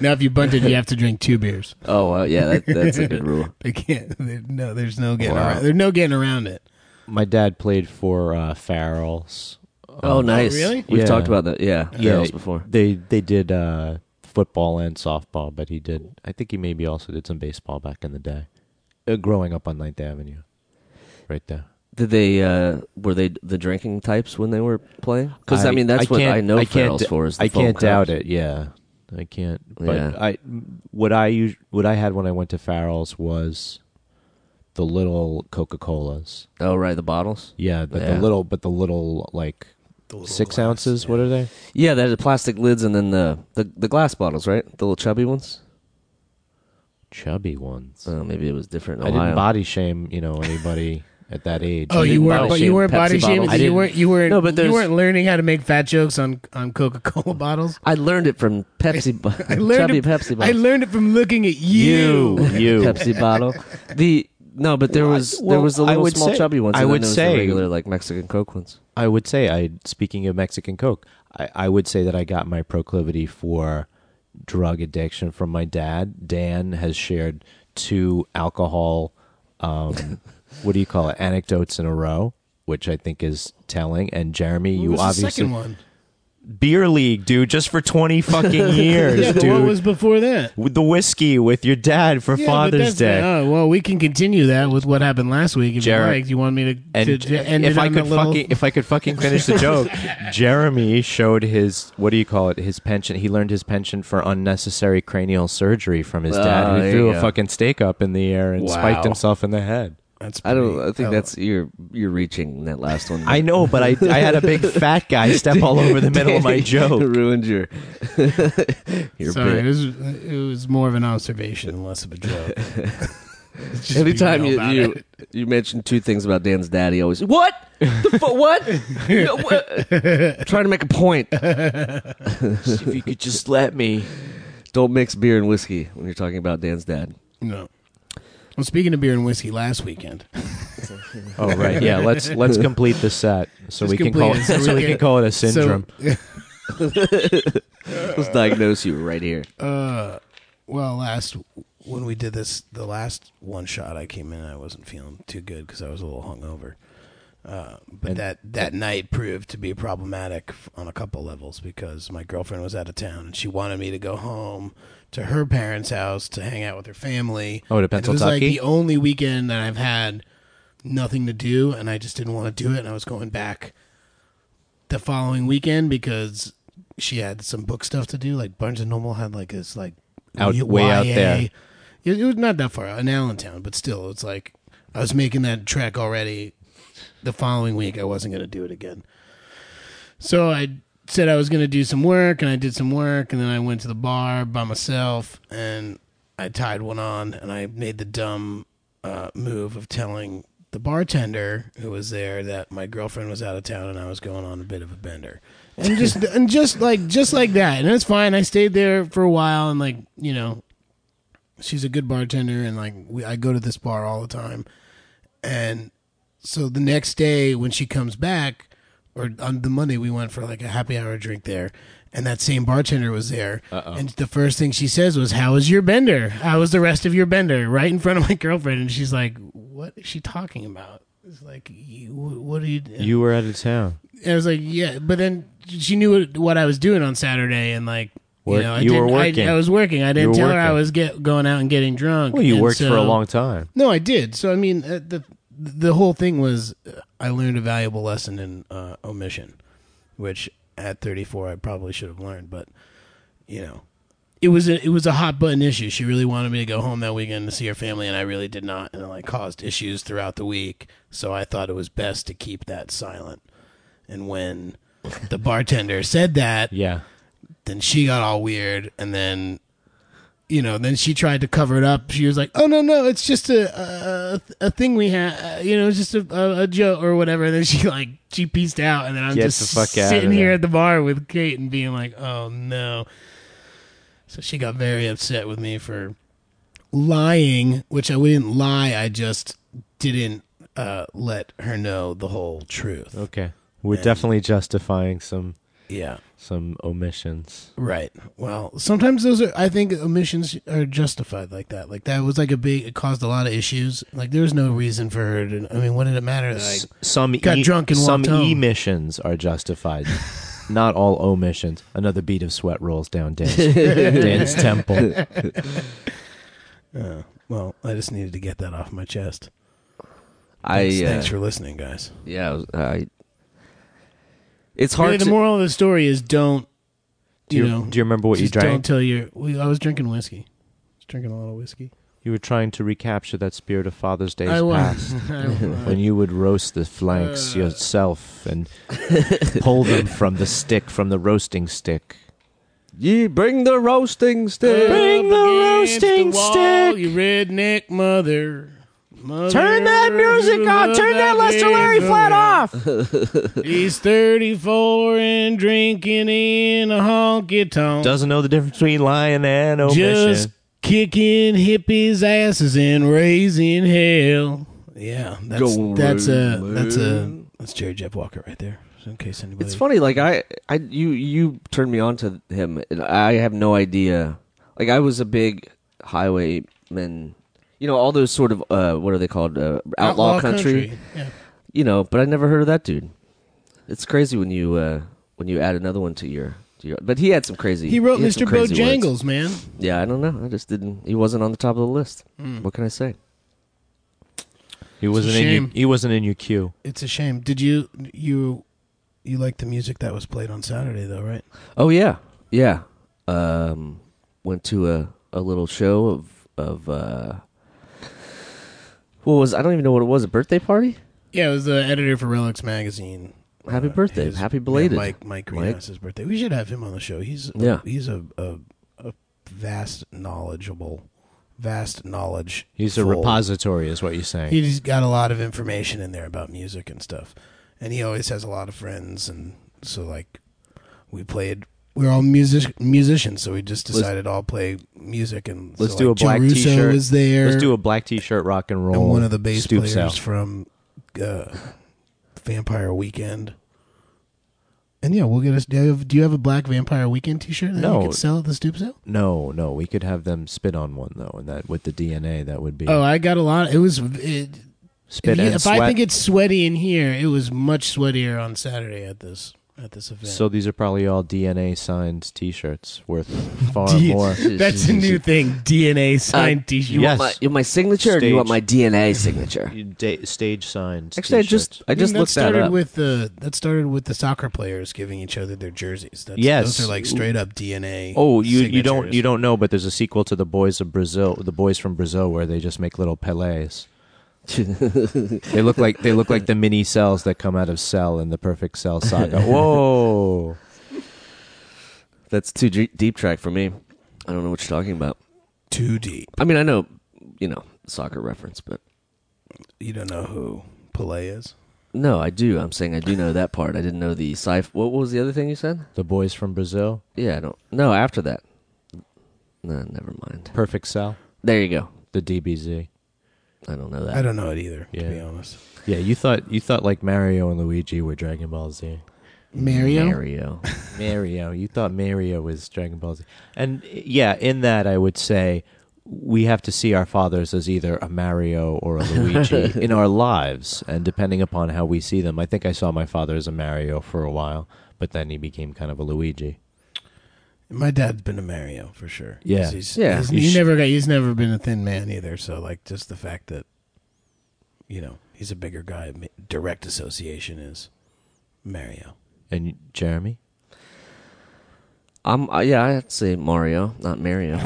Speaker 6: Now, if you bunted, you have to drink two beers.
Speaker 7: Oh wow, yeah, that, that's a good rule.
Speaker 6: They can't. They, no, there's no getting
Speaker 7: Wow.
Speaker 6: around. There's no getting around it.
Speaker 5: My dad played for uh, Farrell's.
Speaker 7: Oh, nice.
Speaker 6: really?
Speaker 7: We've
Speaker 5: Yeah.
Speaker 7: talked about that. Yeah, yeah. before.
Speaker 5: They they did uh, football and softball, but he did. I think he maybe also did some baseball back in the day. Uh, growing up on Ninth Avenue, right there.
Speaker 7: Did they uh were they the drinking types when they were playing? Because I, mean that's what
Speaker 5: can't-
Speaker 7: I know Farrell's
Speaker 5: d-
Speaker 7: for is the
Speaker 5: I
Speaker 7: foam
Speaker 5: can't
Speaker 7: crowds.
Speaker 5: doubt it. Yeah, I can't. But
Speaker 7: Yeah.
Speaker 5: I what I us- what I had when I went to Farrell's was the little Coca Colas.
Speaker 7: Oh right, the bottles.
Speaker 5: Yeah, but
Speaker 7: Yeah.
Speaker 5: the little, but the little like six ounces. What are they?
Speaker 7: Yeah, they had the plastic lids and then the, the the glass bottles, right? The little chubby ones.
Speaker 5: Chubby ones.
Speaker 7: Oh, maybe it was different. In
Speaker 5: I didn't
Speaker 7: Ohio.
Speaker 5: body shame, you know, anybody (laughs) at that age.
Speaker 6: Oh,
Speaker 5: I
Speaker 6: you
Speaker 5: didn't
Speaker 6: weren't.
Speaker 7: bottle
Speaker 6: But you
Speaker 7: shame
Speaker 6: weren't
Speaker 7: Pepsi
Speaker 6: body
Speaker 7: bottles.
Speaker 6: shaming.
Speaker 7: I
Speaker 6: You
Speaker 7: didn't-
Speaker 6: weren't. You weren't.
Speaker 7: No, but
Speaker 6: you
Speaker 7: there's-
Speaker 6: weren't learning how to make fat jokes on on Coca Cola bottles.
Speaker 7: I learned it from
Speaker 5: (laughs)
Speaker 7: Pepsi. bo-
Speaker 6: I learned.
Speaker 7: chubby
Speaker 6: it,
Speaker 7: Pepsi. Bottles.
Speaker 6: I learned it from looking at you.
Speaker 5: You, you.
Speaker 7: Pepsi bottle. The no, but there was
Speaker 5: well,
Speaker 7: there was the
Speaker 5: I
Speaker 7: little
Speaker 5: would
Speaker 7: small
Speaker 5: say-
Speaker 7: chubby ones.
Speaker 5: I
Speaker 7: and then
Speaker 5: would
Speaker 7: there was
Speaker 5: say-
Speaker 7: the regular like Mexican Coke ones.
Speaker 5: I would say I speaking of Mexican Coke, I, I would say that I got my proclivity for drug addiction from my dad. Dan has shared two alcohol
Speaker 6: (laughs)
Speaker 5: um what do you call it? Anecdotes in a row, which I think is telling. And Jeremy,
Speaker 6: What
Speaker 5: you
Speaker 6: was the
Speaker 5: obviously
Speaker 6: second one.
Speaker 5: beer league, dude, just for
Speaker 6: (laughs)
Speaker 5: twenty fucking years,
Speaker 6: Yeah, but
Speaker 5: dude.
Speaker 6: (laughs) what was before that?
Speaker 5: With the whiskey with your dad for
Speaker 6: Yeah, but
Speaker 5: Father's
Speaker 6: that's-
Speaker 5: Day.
Speaker 6: Oh, well, we can continue that with what happened last week. If
Speaker 5: Jared-
Speaker 6: you like, you want me to,
Speaker 5: and
Speaker 6: to, to end
Speaker 5: if
Speaker 6: it
Speaker 5: I
Speaker 6: on
Speaker 5: could
Speaker 6: a little,
Speaker 5: fucking if I could fucking finish the
Speaker 6: (laughs)
Speaker 5: joke, Jeremy showed his what do you call it? His penchant. He learned his penchant for unnecessary cranial surgery from his
Speaker 7: Ah,
Speaker 5: dad, who
Speaker 7: there
Speaker 5: threw
Speaker 7: you
Speaker 5: a
Speaker 7: go.
Speaker 5: fucking steak up in the air and spiked
Speaker 6: Wow.
Speaker 5: himself in the head.
Speaker 6: That's
Speaker 7: I don't.
Speaker 6: pretty- oh,
Speaker 7: I think that's you're you're reaching that last one.
Speaker 5: Oh. I know, but I I had a (laughs) big fat guy step all over the middle
Speaker 7: (laughs)
Speaker 5: of (laughs) my joke.
Speaker 7: ruined your (laughs) your
Speaker 6: Sorry,
Speaker 7: bit.
Speaker 6: it was it was more of an observation and less of
Speaker 5: (laughs)
Speaker 6: a joke. Just be
Speaker 7: Anytime
Speaker 6: real
Speaker 7: you
Speaker 6: about
Speaker 7: you,
Speaker 6: it.
Speaker 7: you mention two things about Dan's dad, he always what the fu- what? No,
Speaker 6: (laughs)
Speaker 7: what?" Trying to make a point.
Speaker 5: if you could just let me.
Speaker 7: Don't mix beer and whiskey when you're talking about Dan's dad.
Speaker 6: no. Well, speaking of beer and whiskey, last weekend
Speaker 5: Oh right, yeah. Let's let's complete the set so
Speaker 6: Just
Speaker 5: we can
Speaker 6: complete
Speaker 5: call
Speaker 6: it
Speaker 5: it,
Speaker 6: so
Speaker 5: so,
Speaker 6: we
Speaker 5: we
Speaker 6: can-
Speaker 5: can call it a syndrome.
Speaker 6: So,
Speaker 7: Let's diagnose you right
Speaker 6: (laughs)
Speaker 7: here.
Speaker 6: uh, well, last when we did this, the last one shot, I came in, I wasn't feeling too good because I was a little hungover. Uh, but that that night proved to be problematic f- on a couple levels because my girlfriend was out of town and she wanted me to go home to her parents' house to hang out with her family.
Speaker 5: Oh, to
Speaker 6: And It was like
Speaker 5: Pennsyltucky?
Speaker 6: the only weekend that I've had nothing to do, and I just didn't want to do it. And I was going back the following weekend because she had some book stuff to do. Like Barnes and Noble had like this like
Speaker 5: Out- way out there.
Speaker 6: It, it was not that far out in Allentown, but still, it's like I was making that trek already. The following week, I wasn't going to do it again. So I said I was going to do some work, and I did some work, and then I went to the bar by myself, and I tied one on, and I made the dumb uh, move of telling the the bartender who was there that my girlfriend was out of town and I was going on a bit of a bender. And just and just like just like that. And it's fine. I stayed there for a while and like, you know, she's a good bartender and like we, I go to this bar all the time. And so the next day when she comes back or on the Monday we went for like a happy hour drink there. And that same bartender was there. And the first thing she says was, How was your bender? How was the rest of your bender? Right in front of my (laughs) girlfriend. And she's like, What is she talking about? It's like, you, What are you doing?
Speaker 5: You were out of town.
Speaker 6: And I was like, yeah, but then she knew what, what I was doing on Saturday, and like,
Speaker 5: Work-
Speaker 6: you know, I
Speaker 5: you were
Speaker 6: didn't- I-
Speaker 5: working.
Speaker 6: I, was working. I
Speaker 5: were
Speaker 6: didn't tell her I
Speaker 5: working.
Speaker 6: was get, going out and getting drunk.
Speaker 5: Well, you
Speaker 6: And
Speaker 5: worked for a
Speaker 6: so-
Speaker 5: long time.
Speaker 6: No, I did. So I mean, uh, the the whole thing was, uh, I learned a valuable lesson in uh, omission, which at 34 I probably should have learned, but you know, it was a, it was a hot button issue. She really wanted me to go home that weekend to see her family, and I really did not, and it like caused issues throughout the week. So I thought it was best to keep that silent. And when the bartender said that,
Speaker 5: Yeah.
Speaker 6: then she got all weird, and then you know, then she tried to cover it up. She was like, "Oh no, no, it's just a a, a thing we had, you know, it's just a, a, a joke or whatever." And then she like she pieced out, and then I'm
Speaker 5: Get
Speaker 6: just
Speaker 5: the fuck out of
Speaker 6: sitting
Speaker 5: there.
Speaker 6: here at the bar with Kate and being like, "Oh no." So she got very upset with me for lying, which I wouldn't lie. I just didn't uh, let her know the whole truth.
Speaker 5: Okay. We're definitely justifying some
Speaker 6: Yeah.
Speaker 5: some omissions.
Speaker 6: Right. Well, sometimes those are. I think omissions are justified like that. Like that was like a big. It caused a lot of issues. Like there was no reason for her. To, I mean, what did it matter? Like,
Speaker 5: S- some
Speaker 6: got
Speaker 5: e-
Speaker 6: drunk and
Speaker 5: some
Speaker 6: walked home.
Speaker 5: emissions are justified.
Speaker 6: (laughs)
Speaker 5: Not all omissions. Another bead of sweat rolls down
Speaker 6: (laughs)
Speaker 5: Dan's, Dan's temple.
Speaker 6: uh, well, I just needed to get that off my chest.
Speaker 7: I
Speaker 6: Thanks,
Speaker 7: uh,
Speaker 6: thanks for listening, guys.
Speaker 7: yeah. I was- I, it's hard.
Speaker 6: Really, the
Speaker 7: to,
Speaker 6: moral of the story is don't.
Speaker 5: Do
Speaker 6: You
Speaker 5: you,
Speaker 6: know,
Speaker 5: do you remember what you
Speaker 6: just Don't
Speaker 5: drank?
Speaker 6: tell your. We, I was drinking whiskey. I was drinking a lot of whiskey.
Speaker 5: you were trying to recapture that spirit of Father's Day's
Speaker 6: I
Speaker 5: past.
Speaker 6: (laughs) was. I was.
Speaker 5: when you would roast the flanks
Speaker 6: Uh.
Speaker 5: yourself
Speaker 6: (laughs)
Speaker 5: and pull them from the stick, from the roasting stick.
Speaker 7: Ye bring the roasting stick.
Speaker 5: Bring the
Speaker 6: Up against
Speaker 5: roasting
Speaker 6: wall,
Speaker 5: stick.
Speaker 6: You redneck mother. Mother
Speaker 5: Turn that music on!
Speaker 6: of
Speaker 5: Turn that Lester Larry
Speaker 6: Arizona.
Speaker 5: flat off!
Speaker 6: He's 34 and drinking in a honky
Speaker 5: (laughs)
Speaker 6: tonk.
Speaker 5: Doesn't know the difference between lying and omission.
Speaker 6: just kicking hippies' asses and raising hell. Yeah, that's
Speaker 7: Go
Speaker 6: that's a
Speaker 7: raise
Speaker 6: that's a
Speaker 7: hell.
Speaker 6: that's Jerry Jeff Walker right there. just In case anybody,
Speaker 7: It's funny, like I, I, you, you turned me on to him, and I have no idea. Like I was a big highwayman, you know, all those sort of uh, what are they called, uh, outlaw, country,
Speaker 6: Yeah.
Speaker 7: you know. But I never heard of that dude. It's crazy when you uh, when you add another one to your, to your. But he had some crazy.
Speaker 6: He wrote
Speaker 7: had
Speaker 6: Mr.
Speaker 7: some crazy words.
Speaker 6: Bojangles, man.
Speaker 7: Yeah, I don't know. I just didn't. He wasn't on the top of the list. What can I say?
Speaker 5: he wasn't in your,
Speaker 6: shame.
Speaker 5: he wasn't in your queue.
Speaker 6: It's a shame. Did you you you like the music that was played on Saturday though, right?
Speaker 7: Oh yeah, yeah. Um, went to a, a little show of of uh, what was I don't even know what it was a birthday party.
Speaker 6: Yeah, it was the editor for Relics magazine.
Speaker 7: Happy birthday. Happy
Speaker 6: yeah,
Speaker 7: belated.
Speaker 6: Uh, Mike Mike Greenhouse's birthday. We should have him on the show. He's
Speaker 7: Yeah.
Speaker 6: he's a, a a vast knowledgeable vast knowledge.
Speaker 5: He's a
Speaker 6: full.
Speaker 5: repository, is what you're saying.
Speaker 6: He's got a lot of information in there about music and stuff. And he always has a lot of friends and so like we played we're all music musicians, so we just decided to all play music and so,
Speaker 5: Let's do a
Speaker 6: like, Joe
Speaker 5: black
Speaker 6: Russo
Speaker 5: t-shirt.
Speaker 6: was there.
Speaker 5: Let's do a black t-shirt rock and roll.
Speaker 6: and one of the bass
Speaker 5: stoops
Speaker 6: players
Speaker 5: out.
Speaker 6: from uh, Vampire Weekend. And yeah, we'll get us. Do you have, do you have a Black Vampire Weekend T-shirt that
Speaker 5: No.
Speaker 6: you could sell at the Stoop Sale?
Speaker 5: No, no, we could have them spit on one though, and that with the DNA that would be
Speaker 6: Oh, I got a lot. It was. It,
Speaker 5: spit
Speaker 6: if you-
Speaker 5: and
Speaker 6: if
Speaker 5: sweat.
Speaker 6: I think it's sweaty in here, it was much sweatier on Saturday at this at this event.
Speaker 5: so these are probably all DNA signed T-shirts
Speaker 6: (laughs)
Speaker 5: worth far
Speaker 6: D-
Speaker 5: more. (laughs)
Speaker 6: that's a new thing. DNA signed
Speaker 7: Uh,
Speaker 6: T-shirt.
Speaker 7: You
Speaker 5: Yes.
Speaker 7: want my, you want my signature or do you want my DNA signature?
Speaker 5: You da- stage signed.
Speaker 7: Actually, I just
Speaker 5: t-shirts.
Speaker 7: I just
Speaker 6: that
Speaker 7: looked that
Speaker 6: started
Speaker 7: up.
Speaker 6: with the that started with the soccer players giving each other their jerseys. That's,
Speaker 5: Yes.
Speaker 6: those are like straight up DNA.
Speaker 5: Oh, you, you don't
Speaker 6: signatures.
Speaker 5: you don't know, but there's a sequel to the boys of Brazil, the boys from Brazil, where they just make little Pelés. they look like they look like the mini cells that come out of Cell in the Perfect Cell saga. Whoa!
Speaker 7: That's too d- deep track for me. I don't know what you're talking about.
Speaker 6: too deep.
Speaker 7: I mean, I know, you know, soccer reference, but
Speaker 6: you don't know who Pele is?
Speaker 7: No, I do. I'm saying I do know that part. I didn't know the sci. What was the other thing you said?
Speaker 5: The boys from Brazil,
Speaker 7: Yeah, I don't. No, after that. No, never mind.
Speaker 5: Perfect Cell,
Speaker 7: There you go.
Speaker 5: the DBZ.
Speaker 7: I don't know that.
Speaker 6: I don't know it either. To be
Speaker 5: Uh, Yeah.
Speaker 6: honest,
Speaker 5: Yeah, you thought you thought like Mario and Luigi were Dragon Ball Z.
Speaker 6: Mario.
Speaker 7: Mario.
Speaker 5: Mario. You thought Mario was Dragon Ball Z. And yeah, in that I would say we have to see our fathers as either a Mario or a (laughs) Luigi in our lives and depending upon how we see them. I think I saw my father as a Mario for a while, but then he became kind of a Luigi.
Speaker 6: My dad's been a Mario for sure. 'Cause
Speaker 5: Yeah.
Speaker 6: he's,
Speaker 7: Yeah.
Speaker 6: he's-
Speaker 5: You
Speaker 6: he
Speaker 5: sh-
Speaker 6: never got. He's never been a
Speaker 1: (laughs)
Speaker 6: thin man either. So like, just the fact that, you know, he's a bigger guy. ma- Direct association is Mario.
Speaker 5: And Jeremy?
Speaker 7: I'm. Uh, yeah, I'd say Mario, not Mario.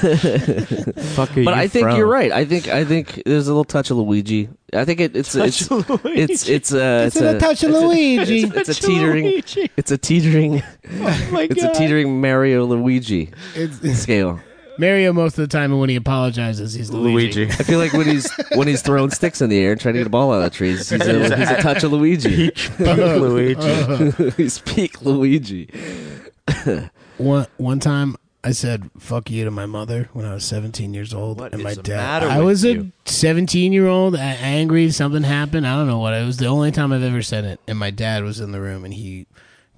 Speaker 5: Fuck are
Speaker 7: But
Speaker 5: you
Speaker 7: I think
Speaker 5: from?
Speaker 7: you're right. I think. I think there's a little touch of Luigi. I think it, it's it's, it's it's uh, it's a
Speaker 6: touch of Luigi.
Speaker 7: it's a
Speaker 6: (laughs)
Speaker 7: teetering.
Speaker 6: Oh
Speaker 7: It's a teetering. it's a teetering Mario Luigi scale.
Speaker 6: Mario most of the time, and when he apologizes, he's Luigi.
Speaker 7: I feel like when he's when he's throwing sticks in the air and trying to get a ball out of the trees, he's a, he's a touch of Luigi. (laughs) he's peak Luigi.
Speaker 6: One one time, I said "fuck you" to my mother when I was 17 years old,
Speaker 5: What
Speaker 6: and
Speaker 5: is
Speaker 6: my
Speaker 5: the
Speaker 6: dad.
Speaker 5: matter
Speaker 6: I
Speaker 5: with
Speaker 6: was
Speaker 5: you?
Speaker 6: a 17 year old, a- angry. Something happened. I don't know what. It was the only time I've ever said it, and my dad was in the room, and he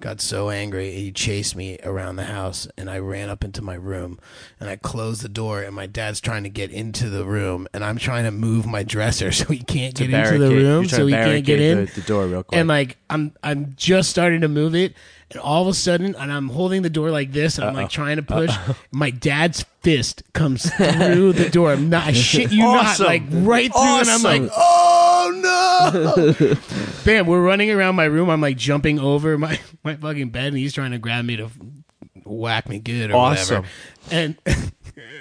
Speaker 6: got so angry, he chased me around the house, and I ran up into my room, and I closed the door, and my dad's trying to get into the room, and I'm trying to move my dresser (laughs) so he can't
Speaker 5: To
Speaker 6: get into the
Speaker 5: barricade-
Speaker 6: room,
Speaker 5: you're trying
Speaker 6: so
Speaker 5: to
Speaker 6: he can't get
Speaker 5: barricade
Speaker 6: in
Speaker 5: the- the door real quick.
Speaker 6: And like I'm I'm just starting to move it, and all of a sudden, and I'm holding the door like this, and I'm like trying to push. My dad's fist comes through the door. I'm not I shit you
Speaker 5: Awesome.
Speaker 6: not, like right through, and I'm like,
Speaker 5: Awesome.
Speaker 6: oh no!
Speaker 5: (laughs)
Speaker 6: Bam! We're running around my room. I'm like jumping over my (laughs) my fucking bed, and he's trying to grab me to whack me good or
Speaker 5: Awesome.
Speaker 6: whatever. And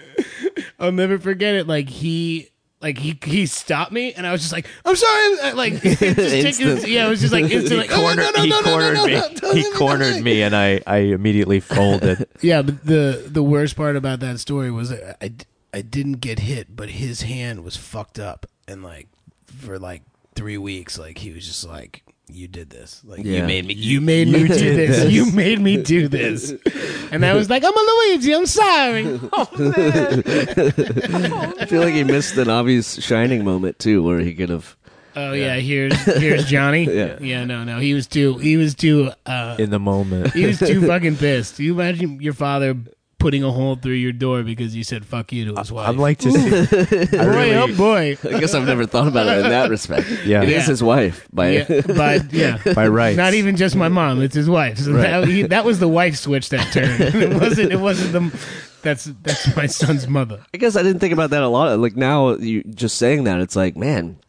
Speaker 6: (laughs) I'll never forget it. Like he. Like he he stopped me and I was just like I'm sorry I'm- uh, like
Speaker 5: (laughs)
Speaker 6: it just took,
Speaker 7: Instant.
Speaker 6: yeah it was just like instant like
Speaker 5: Cornered-
Speaker 6: oh, no, no,
Speaker 5: he
Speaker 6: no, no,
Speaker 5: cornered
Speaker 6: no, no,
Speaker 5: me.
Speaker 6: no, no, no,
Speaker 5: he
Speaker 6: no,
Speaker 5: cornered
Speaker 6: no.
Speaker 5: me, and I, I immediately folded.
Speaker 6: Yeah, but the the worst part about that story was I, I, I didn't get hit, but his hand was fucked up, and like for like three weeks, like he was just like, "You did this, like you
Speaker 7: Yeah.
Speaker 6: made me, (laughs) you made me do this. you made me do (laughs) this," and I was like, "I'm a Luigi, I'm (laughs) sorry."
Speaker 7: I feel like he missed an obvious shining moment too, where he could have.
Speaker 6: oh yeah, here's here's Johnny. (laughs) yeah. no, no, he was too, he was too, uh,
Speaker 5: in the (laughs) moment.
Speaker 6: he was (laughs) too fucking pissed. You imagine your father putting a hole through your door because you said "fuck you" to his wife.
Speaker 5: I'm like (laughs) to see.
Speaker 6: boy, oh boy.
Speaker 7: I guess I've never thought about it in that respect.
Speaker 5: Yeah.
Speaker 7: it is
Speaker 6: Yeah.
Speaker 7: his wife. By
Speaker 1: (laughs)
Speaker 6: Yeah, but yeah,
Speaker 5: By rights.
Speaker 6: Not even just my mom; it's his wife. So that, he, that was the wife switch that
Speaker 5: (laughs)
Speaker 6: turned. it wasn't. It wasn't the. That's that's my son's mother.
Speaker 7: (laughs) I guess I didn't think about that a lot. Like now, you just saying that, it's like, man,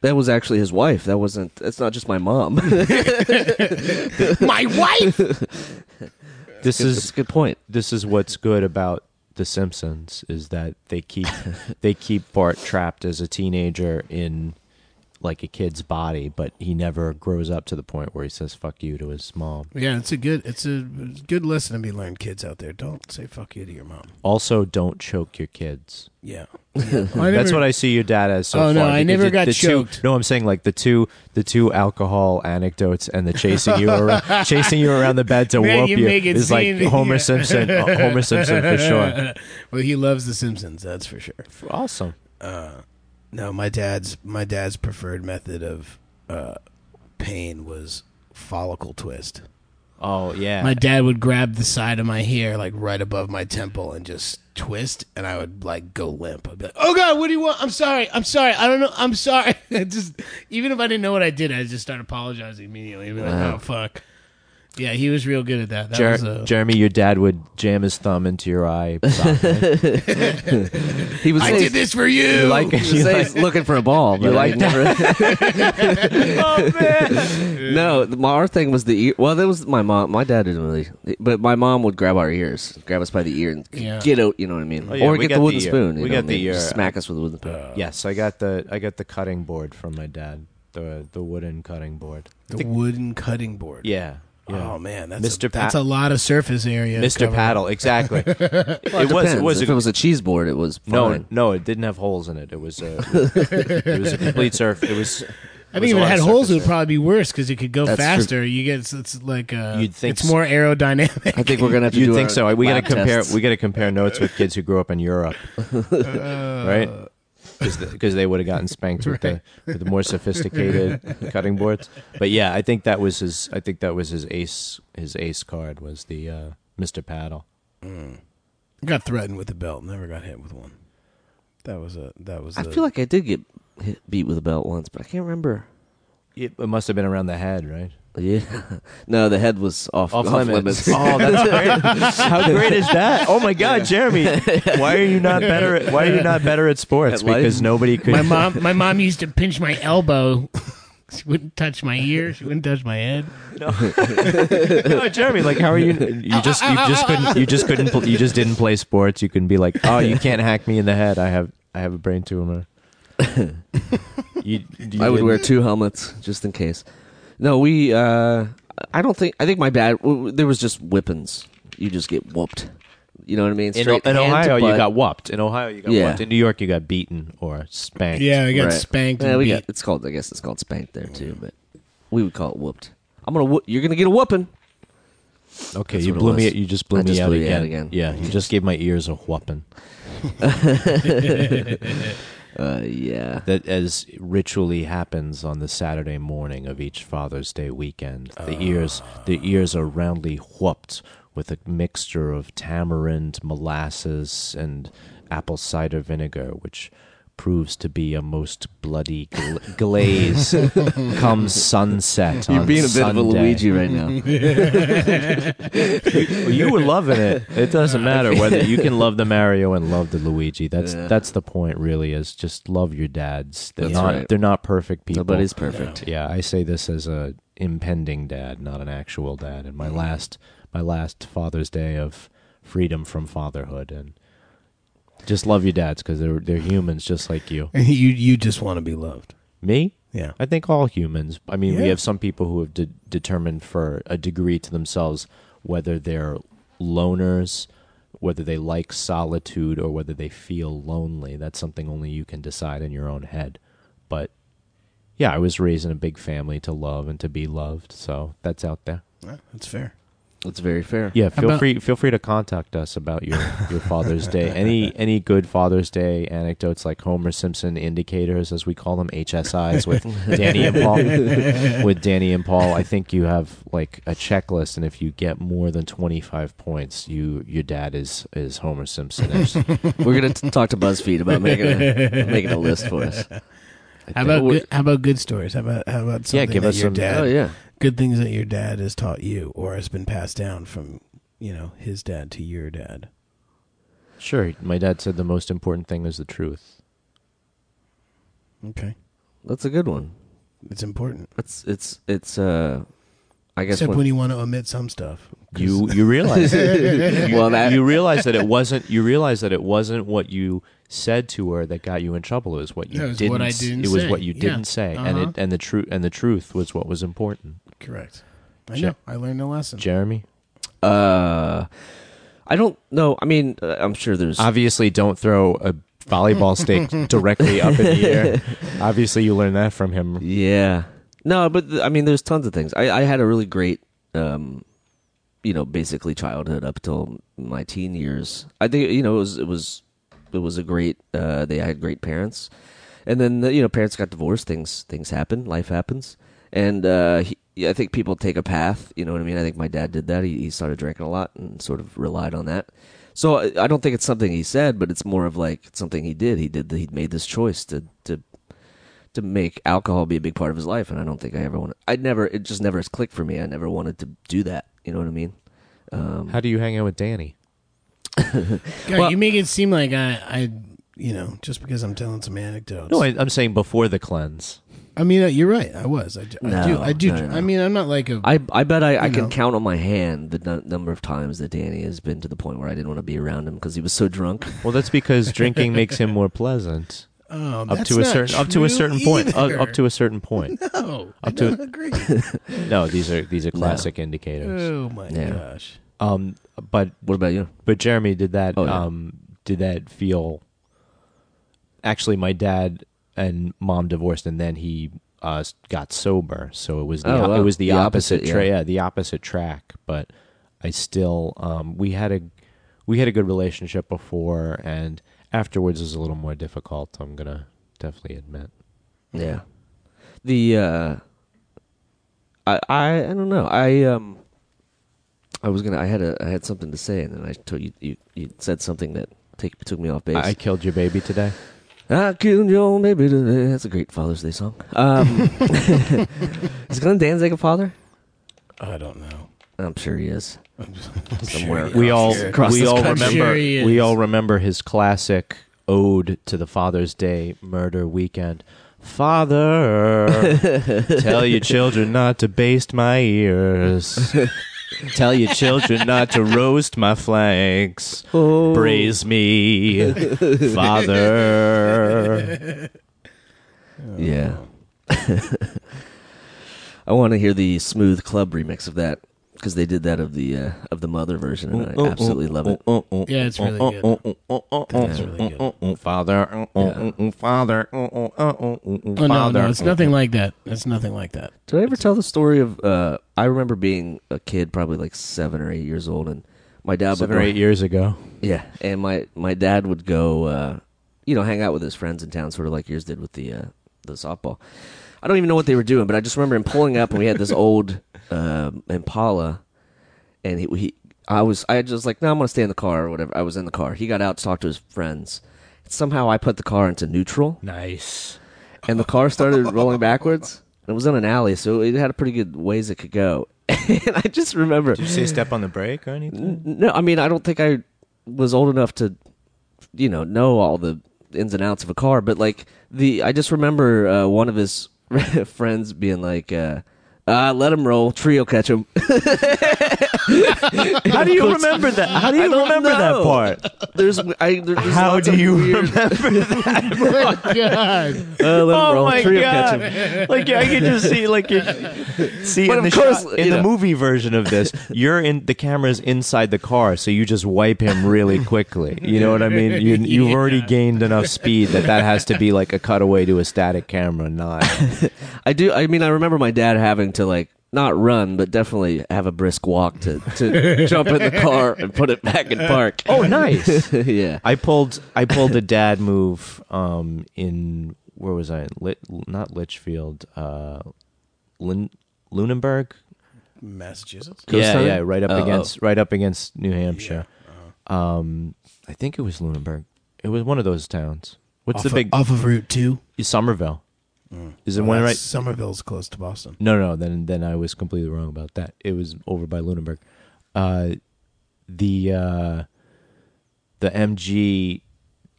Speaker 7: that was actually his wife. That wasn't. That's not just my mom. (laughs)
Speaker 6: My wife.
Speaker 5: This
Speaker 7: It's
Speaker 5: is
Speaker 7: a good point.
Speaker 5: this is what's good about the simpsons is that they
Speaker 6: (laughs)
Speaker 5: keep they keep bart trapped as a teenager in like a kid's body but he never grows up to the point where he says fuck you to his mom
Speaker 6: Yeah, it's a good. It's a good lesson to be learned, kids out there. Don't say "fuck you" to your mom.
Speaker 5: also don't choke your kids
Speaker 6: Yeah,
Speaker 5: that's what i see your dad as so
Speaker 6: Oh, no,
Speaker 5: far,
Speaker 6: I
Speaker 5: because
Speaker 6: never
Speaker 5: the-
Speaker 6: got
Speaker 5: the two-
Speaker 6: choked.
Speaker 5: no i'm saying like the two the two alcohol anecdotes and the chasing you
Speaker 6: (laughs)
Speaker 5: around chasing you around the bed to
Speaker 6: Man,
Speaker 5: whoop
Speaker 6: you
Speaker 5: you,
Speaker 6: make it
Speaker 5: is like
Speaker 6: seem-
Speaker 5: homer simpson uh, homer simpson for sure
Speaker 6: (laughs) Well, he loves The Simpsons. That's for sure.
Speaker 5: awesome
Speaker 6: No, my dad's my dad's preferred method of uh, pain was follicle twist.
Speaker 5: oh yeah
Speaker 6: My dad would grab the side of my hair, like right above my temple, and just twist, and I would like go limp. I'd be like, "Oh God, what do you want? I'm sorry, I'm sorry, I don't know, I'm sorry." (laughs) I just even if I didn't know what I did, I just start apologizing immediately. I'd be like, "Oh fuck." Yeah, he was real good at that. That
Speaker 5: Jer-
Speaker 6: was a,
Speaker 5: Jeremy, your dad would jam his thumb into your eye. socket.
Speaker 7: He was.
Speaker 6: I
Speaker 7: saying-
Speaker 6: did this for you.
Speaker 5: you like,
Speaker 7: (laughs) He
Speaker 5: you
Speaker 7: was
Speaker 5: like,
Speaker 7: saying he's looking for a ball. but
Speaker 5: like Oh,
Speaker 7: I never. (laughs) No, the- my, our thing was the ear. Well, that was my mom. My dad didn't really, but my mom would grab our ears, grab us by the ear, and
Speaker 6: Yeah.
Speaker 7: get out. You know what I mean?
Speaker 5: Oh, yeah,
Speaker 7: or
Speaker 5: we
Speaker 7: get
Speaker 5: got
Speaker 7: the
Speaker 5: the
Speaker 7: wooden
Speaker 5: ear.
Speaker 7: spoon. you
Speaker 5: We
Speaker 7: know what
Speaker 5: got
Speaker 7: I
Speaker 5: the
Speaker 7: mean?
Speaker 5: ear. Uh,
Speaker 7: Smack us with the wooden spoon.
Speaker 5: yes, I got the I got the cutting board from my dad, the the wooden cutting board.
Speaker 6: the wooden cutting board.
Speaker 5: Yeah,
Speaker 1: Oh man, that's
Speaker 5: Mr.
Speaker 1: A, that's a
Speaker 5: Pa-
Speaker 1: lot of surface area.
Speaker 5: Mr.
Speaker 1: covered.
Speaker 5: Paddle, exactly. it was it
Speaker 7: Depends.
Speaker 5: was
Speaker 7: if
Speaker 5: a,
Speaker 7: it was a cheese board, it was fine.
Speaker 5: no no it didn't have holes in it. It was a it was a complete surf. It was.
Speaker 1: I think if it had holes, it would probably be worse because it could go
Speaker 7: That's true.
Speaker 1: faster. You get it's, it's like uh,
Speaker 5: You'd think
Speaker 1: it's
Speaker 5: so.
Speaker 1: more aerodynamic. (laughs)
Speaker 7: I think we're gonna have to
Speaker 5: You
Speaker 7: do
Speaker 5: think
Speaker 7: our
Speaker 5: so? We gotta
Speaker 7: lab
Speaker 5: compare.
Speaker 7: tests.
Speaker 5: We gotta compare notes with kids who grew up in Europe, right? Because they would have gotten spanked with the with the more sophisticated cutting boards. But yeah, I think that was his. I think that was his ace. His ace card was the uh, Mr. Paddle.
Speaker 1: got threatened with a belt, never got hit with one. That was a that was.
Speaker 7: I
Speaker 1: a-
Speaker 7: feel like I did get hit, beat with a belt once, but I can't remember.
Speaker 5: It, it must have been around the head, right?
Speaker 7: Yeah, (laughs) no, the head was off off, (laughs) limits.
Speaker 5: oh, that's great! How
Speaker 7: (laughs)
Speaker 5: great is that? Oh my God, Jeremy, why are you not better? At, why are you not better at sports?
Speaker 7: At life?
Speaker 5: because nobody (laughs) could.
Speaker 1: my mom. My mom used to pinch my elbow. (laughs) she wouldn't touch my ear. She wouldn't touch my head.
Speaker 5: no, Jeremy, like, how are you? (laughs) You just, you (laughs) just couldn't, you just couldn't, pl- you just didn't play sports. You couldn't be like, oh, you can't hack me in the head. I have, I have a
Speaker 7: (laughs)
Speaker 5: brain tumor. you, you
Speaker 7: I would
Speaker 5: didn't-
Speaker 7: wear two helmets just in case. No, we. Uh, I don't think. I think my bad. w- w- There was just whippings. You just get whooped. You know what I mean?
Speaker 5: In,
Speaker 7: Straight
Speaker 5: in
Speaker 7: hand to
Speaker 5: Ohio, you
Speaker 7: butt.
Speaker 5: got whopped. In Ohio, you got
Speaker 7: Yeah.
Speaker 5: whopped. In New York, you got beaten or spanked.
Speaker 1: Yeah, I got
Speaker 7: Right.
Speaker 1: spanked.
Speaker 7: Yeah,
Speaker 1: and
Speaker 7: we
Speaker 1: beat.
Speaker 7: got. It's called. I guess it's called spanked there too, but we would call it whooped. I'm gonna. Whoop, you're gonna get a whooping.
Speaker 5: Okay,
Speaker 7: That's
Speaker 5: you
Speaker 7: what it
Speaker 5: blew me.
Speaker 7: was.
Speaker 5: You just blew
Speaker 7: I
Speaker 5: me
Speaker 7: just
Speaker 5: out
Speaker 7: blew you
Speaker 5: again.
Speaker 7: out again.
Speaker 5: Yeah, you just gave my ears a whopping.
Speaker 7: Uh, yeah.
Speaker 5: That as ritually happens on the Saturday morning of each Father's Day weekend. The
Speaker 7: Ah.
Speaker 5: ears, the ears are roundly whooped with a mixture of tamarind, molasses, and apple cider vinegar, which proves to be a most bloody gla- (laughs)
Speaker 7: (laughs)
Speaker 5: glaze come sunset.
Speaker 7: You're
Speaker 5: on
Speaker 7: being a bit of a
Speaker 5: Sunday.
Speaker 7: Luigi right
Speaker 5: (laughs)
Speaker 7: now.
Speaker 5: You were loving it. It doesn't matter whether you can love the Mario and love the Luigi. That's
Speaker 7: Yeah.
Speaker 5: that's the point. Really, is just love your dads. They're
Speaker 7: That's
Speaker 5: not
Speaker 7: right.
Speaker 5: they're not perfect people.
Speaker 7: Nobody's perfect.
Speaker 5: Yeah, I say this as a impending dad, not an actual dad. And my last my last Father's Day of freedom from fatherhood and just love your dads because they're they're humans just like you.
Speaker 1: (laughs) you you just want to be loved.
Speaker 5: Me?
Speaker 1: Yeah.
Speaker 5: I think all humans. I mean,
Speaker 1: Yeah.
Speaker 5: we have some people who have de- determined for a degree to themselves whether they're loners, whether they like solitude, or whether they feel lonely. That's something only you can decide in your own head. But yeah, I was raised in a big family to love and to be loved, so that's out there.
Speaker 1: Yeah, that's fair.
Speaker 7: That's very fair.
Speaker 5: Yeah, feel
Speaker 1: About-
Speaker 5: free feel free to contact us about your, your Father's Day. Any any good Father's Day anecdotes like Homer Simpson indicators, as we call them, HSIs with Danny and Paul. With Danny and Paul, I think you have like a checklist, and if you get more than twenty five points, you your dad is is Homer Simpson.
Speaker 7: We're gonna t- talk to BuzzFeed about making
Speaker 5: (laughs)
Speaker 7: a, making a list for us.
Speaker 1: How about
Speaker 7: we-
Speaker 1: good, how about good stories? How about how about something
Speaker 5: Yeah, give
Speaker 1: that
Speaker 5: us
Speaker 1: your
Speaker 5: some-
Speaker 1: dad?
Speaker 7: Oh yeah.
Speaker 1: Good things that your dad has taught you, or has been passed down from you know his dad to your dad.
Speaker 5: sure, my dad said the most important thing is the truth.
Speaker 1: Okay,
Speaker 7: That's a good one.
Speaker 1: it's important.
Speaker 7: It's it's it's uh I guess
Speaker 1: Except
Speaker 7: when-
Speaker 1: when you want to omit some stuff.
Speaker 5: You you
Speaker 7: (laughs)
Speaker 5: realize
Speaker 7: well that
Speaker 5: you realize that it wasn't you realize that it wasn't what you said to her that got you in trouble it was what you
Speaker 1: No, it was
Speaker 5: didn't
Speaker 1: what I
Speaker 5: s-
Speaker 1: didn't
Speaker 5: it was
Speaker 1: say.
Speaker 5: what you
Speaker 1: Yeah.
Speaker 5: didn't say and
Speaker 1: Uh-huh.
Speaker 5: it and the truth and the truth was what was important
Speaker 1: Correct. I
Speaker 5: Sure.
Speaker 1: know. I learned a lesson.
Speaker 5: jeremy
Speaker 7: (laughs) uh I don't know. I mean, uh, I'm sure there's
Speaker 5: obviously don't throw a
Speaker 1: (laughs)
Speaker 5: volleyball stick directly up in the air obviously you learned that from him
Speaker 7: Yeah. No, but th- I mean, there's tons of things. I, I had a really great, um, you know, basically childhood up till my teen years. I think you know it was it was it was a great. Uh, they had great parents, and then the, you know parents got divorced. Things things happen. Life happens, and uh, he, yeah, I think people take a path. You know what I mean? I think my dad did that. He, he started drinking a lot and sort of relied on that. So I, I don't think it's something he said, but it's more of like something he did. He did. He made this choice to to to make alcohol be a big part of his life and i don't think i ever want i never it just never has clicked for me i never wanted to do that you know what i mean
Speaker 5: how do you hang out with danny
Speaker 1: God,
Speaker 7: Well-
Speaker 1: you make it seem like I, I, you know, just because I'm telling some anecdotes.
Speaker 5: no I, i'm saying before the cleanse
Speaker 1: I mean, uh, you're right. I was. I, j- I
Speaker 7: No,
Speaker 1: do. I do.
Speaker 7: no, no, no.
Speaker 1: I mean, I'm not like a.
Speaker 7: i i bet i, I
Speaker 1: You
Speaker 7: can
Speaker 1: know.
Speaker 7: count on my hand the n- number of times that danny has been to the point where i didn't want to be around him because he was so drunk
Speaker 1: (laughs)
Speaker 5: well that's because drinking makes him more pleasant
Speaker 1: Um,
Speaker 5: up
Speaker 1: that's
Speaker 5: to a
Speaker 1: not
Speaker 5: certain up to a
Speaker 1: true
Speaker 5: certain point. Uh,
Speaker 1: either. (laughs)
Speaker 5: up to a certain point.
Speaker 1: no, I
Speaker 5: up to-
Speaker 1: don't
Speaker 5: (laughs)
Speaker 1: agree.
Speaker 5: No, these are these are classic indicators.
Speaker 1: oh my
Speaker 7: Yeah.
Speaker 1: gosh.
Speaker 5: Um, but
Speaker 7: What about you?
Speaker 5: but Jeremy, did that
Speaker 7: Oh, yeah.
Speaker 5: um did that feel? Actually, my dad and mom divorced, and then he uh s- got sober. So it was the
Speaker 7: Oh, wow.
Speaker 5: it was the,
Speaker 7: The
Speaker 5: opposite,
Speaker 7: opposite,
Speaker 5: tra-
Speaker 7: yeah.
Speaker 5: yeah, the opposite track. But I still um we had a we had a good relationship before, and afterwards was a little more difficult. I'm gonna definitely admit.
Speaker 7: Yeah. The uh I I, I don't know. I um I was gonna I had a I had something to say and then I told you you, you said something that take, took me off base.
Speaker 5: I, I killed your baby today.
Speaker 7: I killed Ah, your baby today. That's a great Father's Day song. Um, (laughs) is Glenn Danzig a father?
Speaker 1: I don't know.
Speaker 7: I'm sure he is.
Speaker 1: I'm just- I'm sure
Speaker 7: Somewhere.
Speaker 1: he
Speaker 5: we
Speaker 1: is.
Speaker 5: all
Speaker 7: across
Speaker 5: we
Speaker 7: this
Speaker 5: all
Speaker 7: country.
Speaker 5: remember
Speaker 1: Sure he is.
Speaker 5: we all remember his classic ode to the Father's Day murder weekend.
Speaker 1: (laughs)
Speaker 5: Father, Uh,
Speaker 7: (laughs)
Speaker 5: tell your children not to baste
Speaker 1: (laughs)
Speaker 5: my ears. tell your children not to roast my flanks. Braise
Speaker 1: (laughs)
Speaker 5: me, Father.
Speaker 7: Oh. Yeah. (laughs) I want to hear the smooth club remix of that because they did that of the uh, of the mother version, and I absolutely love it.
Speaker 1: Yeah, it's really
Speaker 5: (laughs)
Speaker 1: good. It's really good.
Speaker 8: Father, father,
Speaker 1: Oh no, no,
Speaker 8: Father.
Speaker 1: it's nothing like that. It's
Speaker 7: (laughs)
Speaker 1: nothing like that.
Speaker 7: Did I ever tell the story of? Uh, I remember being a kid, probably like seven or eight years old, and my dad
Speaker 5: Seven
Speaker 7: would
Speaker 5: or
Speaker 7: go,
Speaker 5: eight years ago.
Speaker 7: Yeah, and my my dad would go, uh, you know, hang out with his friends in town, sort of like yours did with the uh, the softball. I don't even know what they were doing, but I just remember him pulling up, and we had this old (laughs) um Impala, and he, he I was I just like, no, I'm gonna stay in the car or whatever. I was in the car. He got out to talk to his friends. Somehow I put the car into neutral,
Speaker 5: Nice.
Speaker 7: and the car
Speaker 5: (laughs)
Speaker 7: started rolling backwards. It was in an alley, so it had a pretty good ways it could go. (laughs) and I just remember
Speaker 5: Did you say step on the brake or anything?
Speaker 7: no, I mean, I don't think I was old enough to, you know, know all the ins and outs of a car. But like the, I just remember uh, one of his (laughs) friends being like, uh, uh, "Let him roll, trio catch him." (laughs)
Speaker 5: (laughs) How do you remember that? How do you
Speaker 7: don't
Speaker 5: remember that
Speaker 7: know.
Speaker 5: part?
Speaker 7: There's, I, there- there's
Speaker 5: How
Speaker 7: lots
Speaker 5: do
Speaker 7: of
Speaker 5: you
Speaker 7: weird,
Speaker 5: (laughs)
Speaker 7: Oh,
Speaker 1: (laughs) God.
Speaker 7: Uh, let him
Speaker 5: Oh
Speaker 7: roll,
Speaker 5: my
Speaker 7: trio
Speaker 5: god!
Speaker 7: catch him.
Speaker 5: like I can just see, like you (laughs) see
Speaker 7: But
Speaker 5: in the
Speaker 7: of course,
Speaker 5: shot, in
Speaker 7: you
Speaker 5: the
Speaker 7: know.
Speaker 5: movie version of (laughs) this, you're in the camera's inside the car, so you just wipe him really quickly. You know what I mean? (laughs) You, You've already gained enough speed that that has to be like a cutaway to a static camera, not
Speaker 7: I do. I mean, I remember my dad having to like not run, but definitely have a brisk walk to
Speaker 5: (laughs)
Speaker 7: to jump in the car and put it back in park.
Speaker 5: (laughs)
Speaker 7: (laughs)
Speaker 5: oh (laughs) nice.
Speaker 7: yeah.
Speaker 5: I pulled I pulled a dad move um in where was I Lit, not Litchfield uh Lin, Lunenburg
Speaker 1: Massachusetts.
Speaker 7: Coast
Speaker 5: yeah,
Speaker 7: Town?
Speaker 5: yeah, right up
Speaker 7: Oh,
Speaker 5: against right up against New Hampshire.
Speaker 1: uh-huh.
Speaker 5: Um, I think it was Lunenburg. It was one of those towns. What's
Speaker 1: off
Speaker 5: the
Speaker 1: of-
Speaker 5: big
Speaker 1: off of Route Two.
Speaker 5: Somerville? Is it
Speaker 1: Well,
Speaker 5: one
Speaker 1: that's-
Speaker 5: right?
Speaker 1: Somerville's close to Boston.
Speaker 5: No, no. Then then I was completely wrong about that. It was over by Lunenburg. Uh, the uh, the MG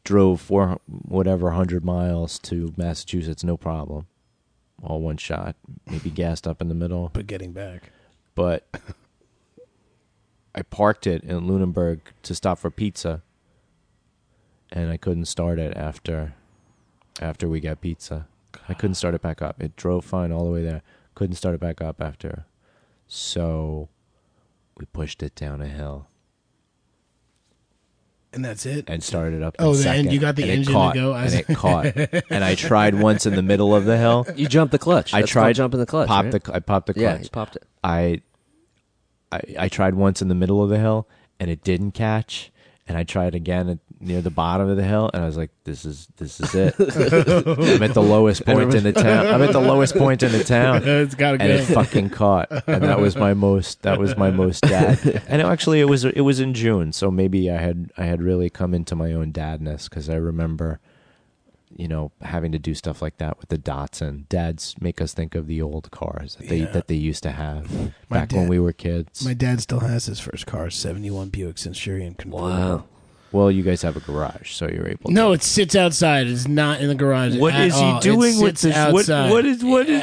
Speaker 5: drove four whatever hundred miles to Massachusetts, no problem, all one shot. Maybe gassed up in the middle
Speaker 1: But getting back,
Speaker 5: but I parked it in Lunenburg to stop for pizza, and I couldn't start it after after we got pizza. I couldn't start it back up. It drove fine all the way there. Couldn't start it back up after, so we pushed it down a hill
Speaker 1: and that's it.
Speaker 5: and started up.
Speaker 1: Oh,
Speaker 5: in
Speaker 1: the- and
Speaker 5: second,
Speaker 1: you got the
Speaker 5: and it
Speaker 1: engine to
Speaker 5: caught,
Speaker 1: go? I
Speaker 5: and
Speaker 1: (laughs)
Speaker 5: it
Speaker 1: see.
Speaker 5: caught. and I tried once in the middle of the hill.
Speaker 7: You jumped the clutch.
Speaker 5: I
Speaker 7: That's
Speaker 5: tried
Speaker 7: called jumping the clutch.
Speaker 5: Popped
Speaker 7: right?
Speaker 5: the cl- I popped the
Speaker 7: yeah,
Speaker 5: clutch.
Speaker 7: you popped it.
Speaker 5: I, I I tried once in the middle of the hill and it didn't catch, and I tried again at, near the bottom of the hill, and I was like, "This is this is it." I'm at the lowest point in the town. I'm at the lowest point in the town.
Speaker 1: it's got to
Speaker 5: And it
Speaker 1: go.
Speaker 5: fucking caught, and that was my most. That was my most (laughs) dad. And actually, it was it was in June, so maybe I had I had really come into my own dadness because I remember, you know, having to do stuff like that with the Datsun. Dads make us think of the old cars that they
Speaker 1: Yeah.
Speaker 5: that they used to have
Speaker 1: My
Speaker 5: back
Speaker 1: dad-
Speaker 5: when we were kids.
Speaker 1: My dad still has his first car, seventy-one Buick Centurion convertible.
Speaker 7: Wow.
Speaker 5: well, you guys have a garage, so you're able.
Speaker 1: No,
Speaker 5: to.
Speaker 1: it sits outside. It's not in the garage.
Speaker 5: What
Speaker 1: at
Speaker 5: is he
Speaker 1: all. It
Speaker 5: doing with
Speaker 1: sits
Speaker 5: this? What,
Speaker 1: Outside.
Speaker 5: what is what is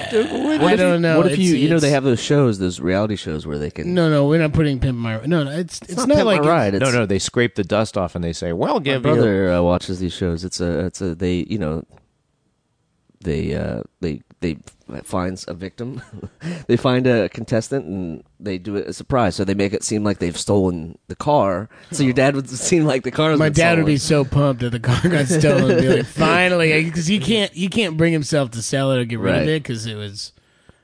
Speaker 5: what
Speaker 1: I
Speaker 5: is-
Speaker 1: don't know.
Speaker 7: what if
Speaker 1: It's-
Speaker 7: you you know they
Speaker 1: it's-
Speaker 7: have those shows, those reality shows where they can
Speaker 1: No, no, we're not putting pimp my no. no it's it's,
Speaker 7: not
Speaker 1: not
Speaker 7: Pimp My
Speaker 1: like (laughs)
Speaker 7: Ride,
Speaker 5: No, no. They scrape the dust off and they say, "Well,
Speaker 7: My
Speaker 5: give you."
Speaker 7: brother uh, watches these shows. It's a it's a they you know they uh, they they finds a victim. (laughs) they find a contestant and they do it a surprise. So they make it seem like they've stolen the car. So your dad would seem like the car.
Speaker 1: My dad would be so pumped that the car (laughs) got stolen. and be like, finally, because he can't he can't bring himself to sell it or get rid of
Speaker 7: Right.
Speaker 1: it because it was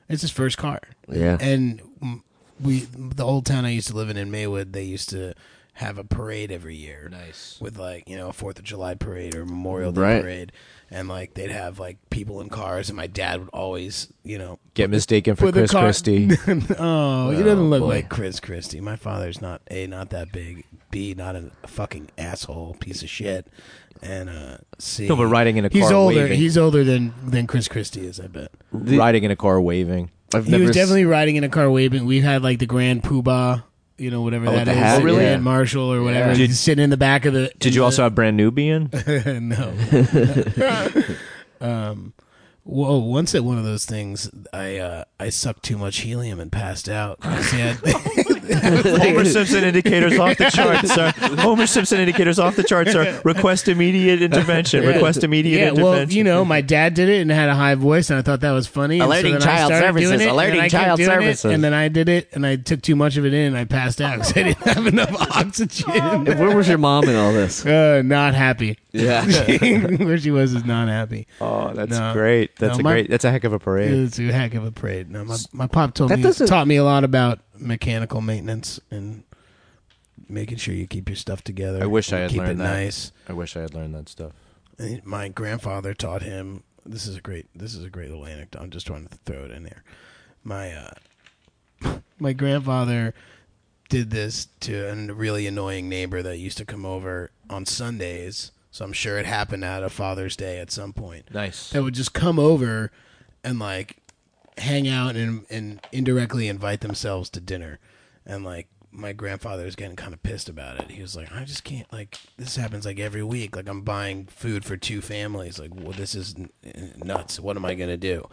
Speaker 1: it's his first car.
Speaker 7: Yeah.
Speaker 1: (laughs) and mm, we the old town I used to live in in Maywood, they used to have a parade every year. Nice with like you know a Fourth of July parade or Memorial Day
Speaker 7: Right.
Speaker 1: parade, and like they'd have like people in cars, and my dad would always you know
Speaker 5: Get mistaken for
Speaker 1: With a
Speaker 5: Chris
Speaker 1: car- (laughs)
Speaker 5: Christie.
Speaker 1: oh, he doesn't look
Speaker 7: boy.
Speaker 1: like Chris Christie. My father's not a not that big. B not a fucking asshole piece of shit. And uh, C.
Speaker 5: No, but riding in a
Speaker 1: he's
Speaker 5: car
Speaker 1: older.
Speaker 5: waving.
Speaker 1: He's older than than Chris Christie is. I bet
Speaker 5: riding in a car waving.
Speaker 7: I've
Speaker 1: he was definitely riding in a car waving. We had like the Grand Poobah, you know,
Speaker 5: Oh,
Speaker 1: whatever
Speaker 7: with
Speaker 1: that
Speaker 7: the
Speaker 1: is,
Speaker 7: hat?
Speaker 1: the
Speaker 7: Really?
Speaker 1: Grand Marshal or whatever.
Speaker 7: Yeah.
Speaker 1: He's sitting in the back of the.
Speaker 5: Did you also have Brand Nubian?
Speaker 1: no. um, whoa! Once at one of those things, I uh, I sucked too much helium and passed
Speaker 7: (laughs)
Speaker 1: out. See, I-
Speaker 6: Homer Simpson indicators (laughs) off the charts, sir. Homer Simpson indicators off the charts, sir. Request immediate intervention. Request immediate
Speaker 1: (laughs) yeah,
Speaker 6: intervention.
Speaker 1: well, you know, my dad did it and had a high voice, and I thought that was funny. and
Speaker 7: Alerting
Speaker 1: so then I
Speaker 7: child
Speaker 1: started doing
Speaker 7: services,
Speaker 1: It, and then
Speaker 7: alerting
Speaker 1: I kept
Speaker 7: child
Speaker 1: doing it,
Speaker 7: services.
Speaker 1: and then I did it, and I took too much of it in, and I passed out because I didn't have enough (laughs) oxygen.
Speaker 7: Where was your mom in
Speaker 1: (laughs)
Speaker 7: all this?
Speaker 1: Uh, not happy.
Speaker 7: Yeah.
Speaker 1: (laughs) Where she was is not happy.
Speaker 5: Oh, that's
Speaker 1: No.
Speaker 5: great. That's
Speaker 1: No,
Speaker 5: a
Speaker 1: my-
Speaker 5: great. That's a heck of a parade.
Speaker 1: It's a heck of a parade. No, my, my pop told
Speaker 7: That
Speaker 1: me
Speaker 7: doesn't-
Speaker 1: taught me a lot about mechanical maintenance and making sure you keep your stuff together.
Speaker 5: I wish I had
Speaker 1: keep
Speaker 5: learned
Speaker 1: it
Speaker 5: that.
Speaker 1: nice.
Speaker 5: I wish I had learned that stuff.
Speaker 1: And My grandfather taught him. This is a great. This is a great little anecdote. I'm just trying to throw it in there. My uh, (laughs) my grandfather did this to a really annoying neighbor that used to come over on Sundays. So I'm sure it happened out of Father's Day at some point
Speaker 5: Nice.
Speaker 1: that would just come over and like hang out and and indirectly invite themselves to dinner and like my grandfather was getting kind of pissed about it. He was like, "I just can't like this happens like every week. Like I'm buying food for two families. Like, well, this is n- nuts. What am I gonna do?"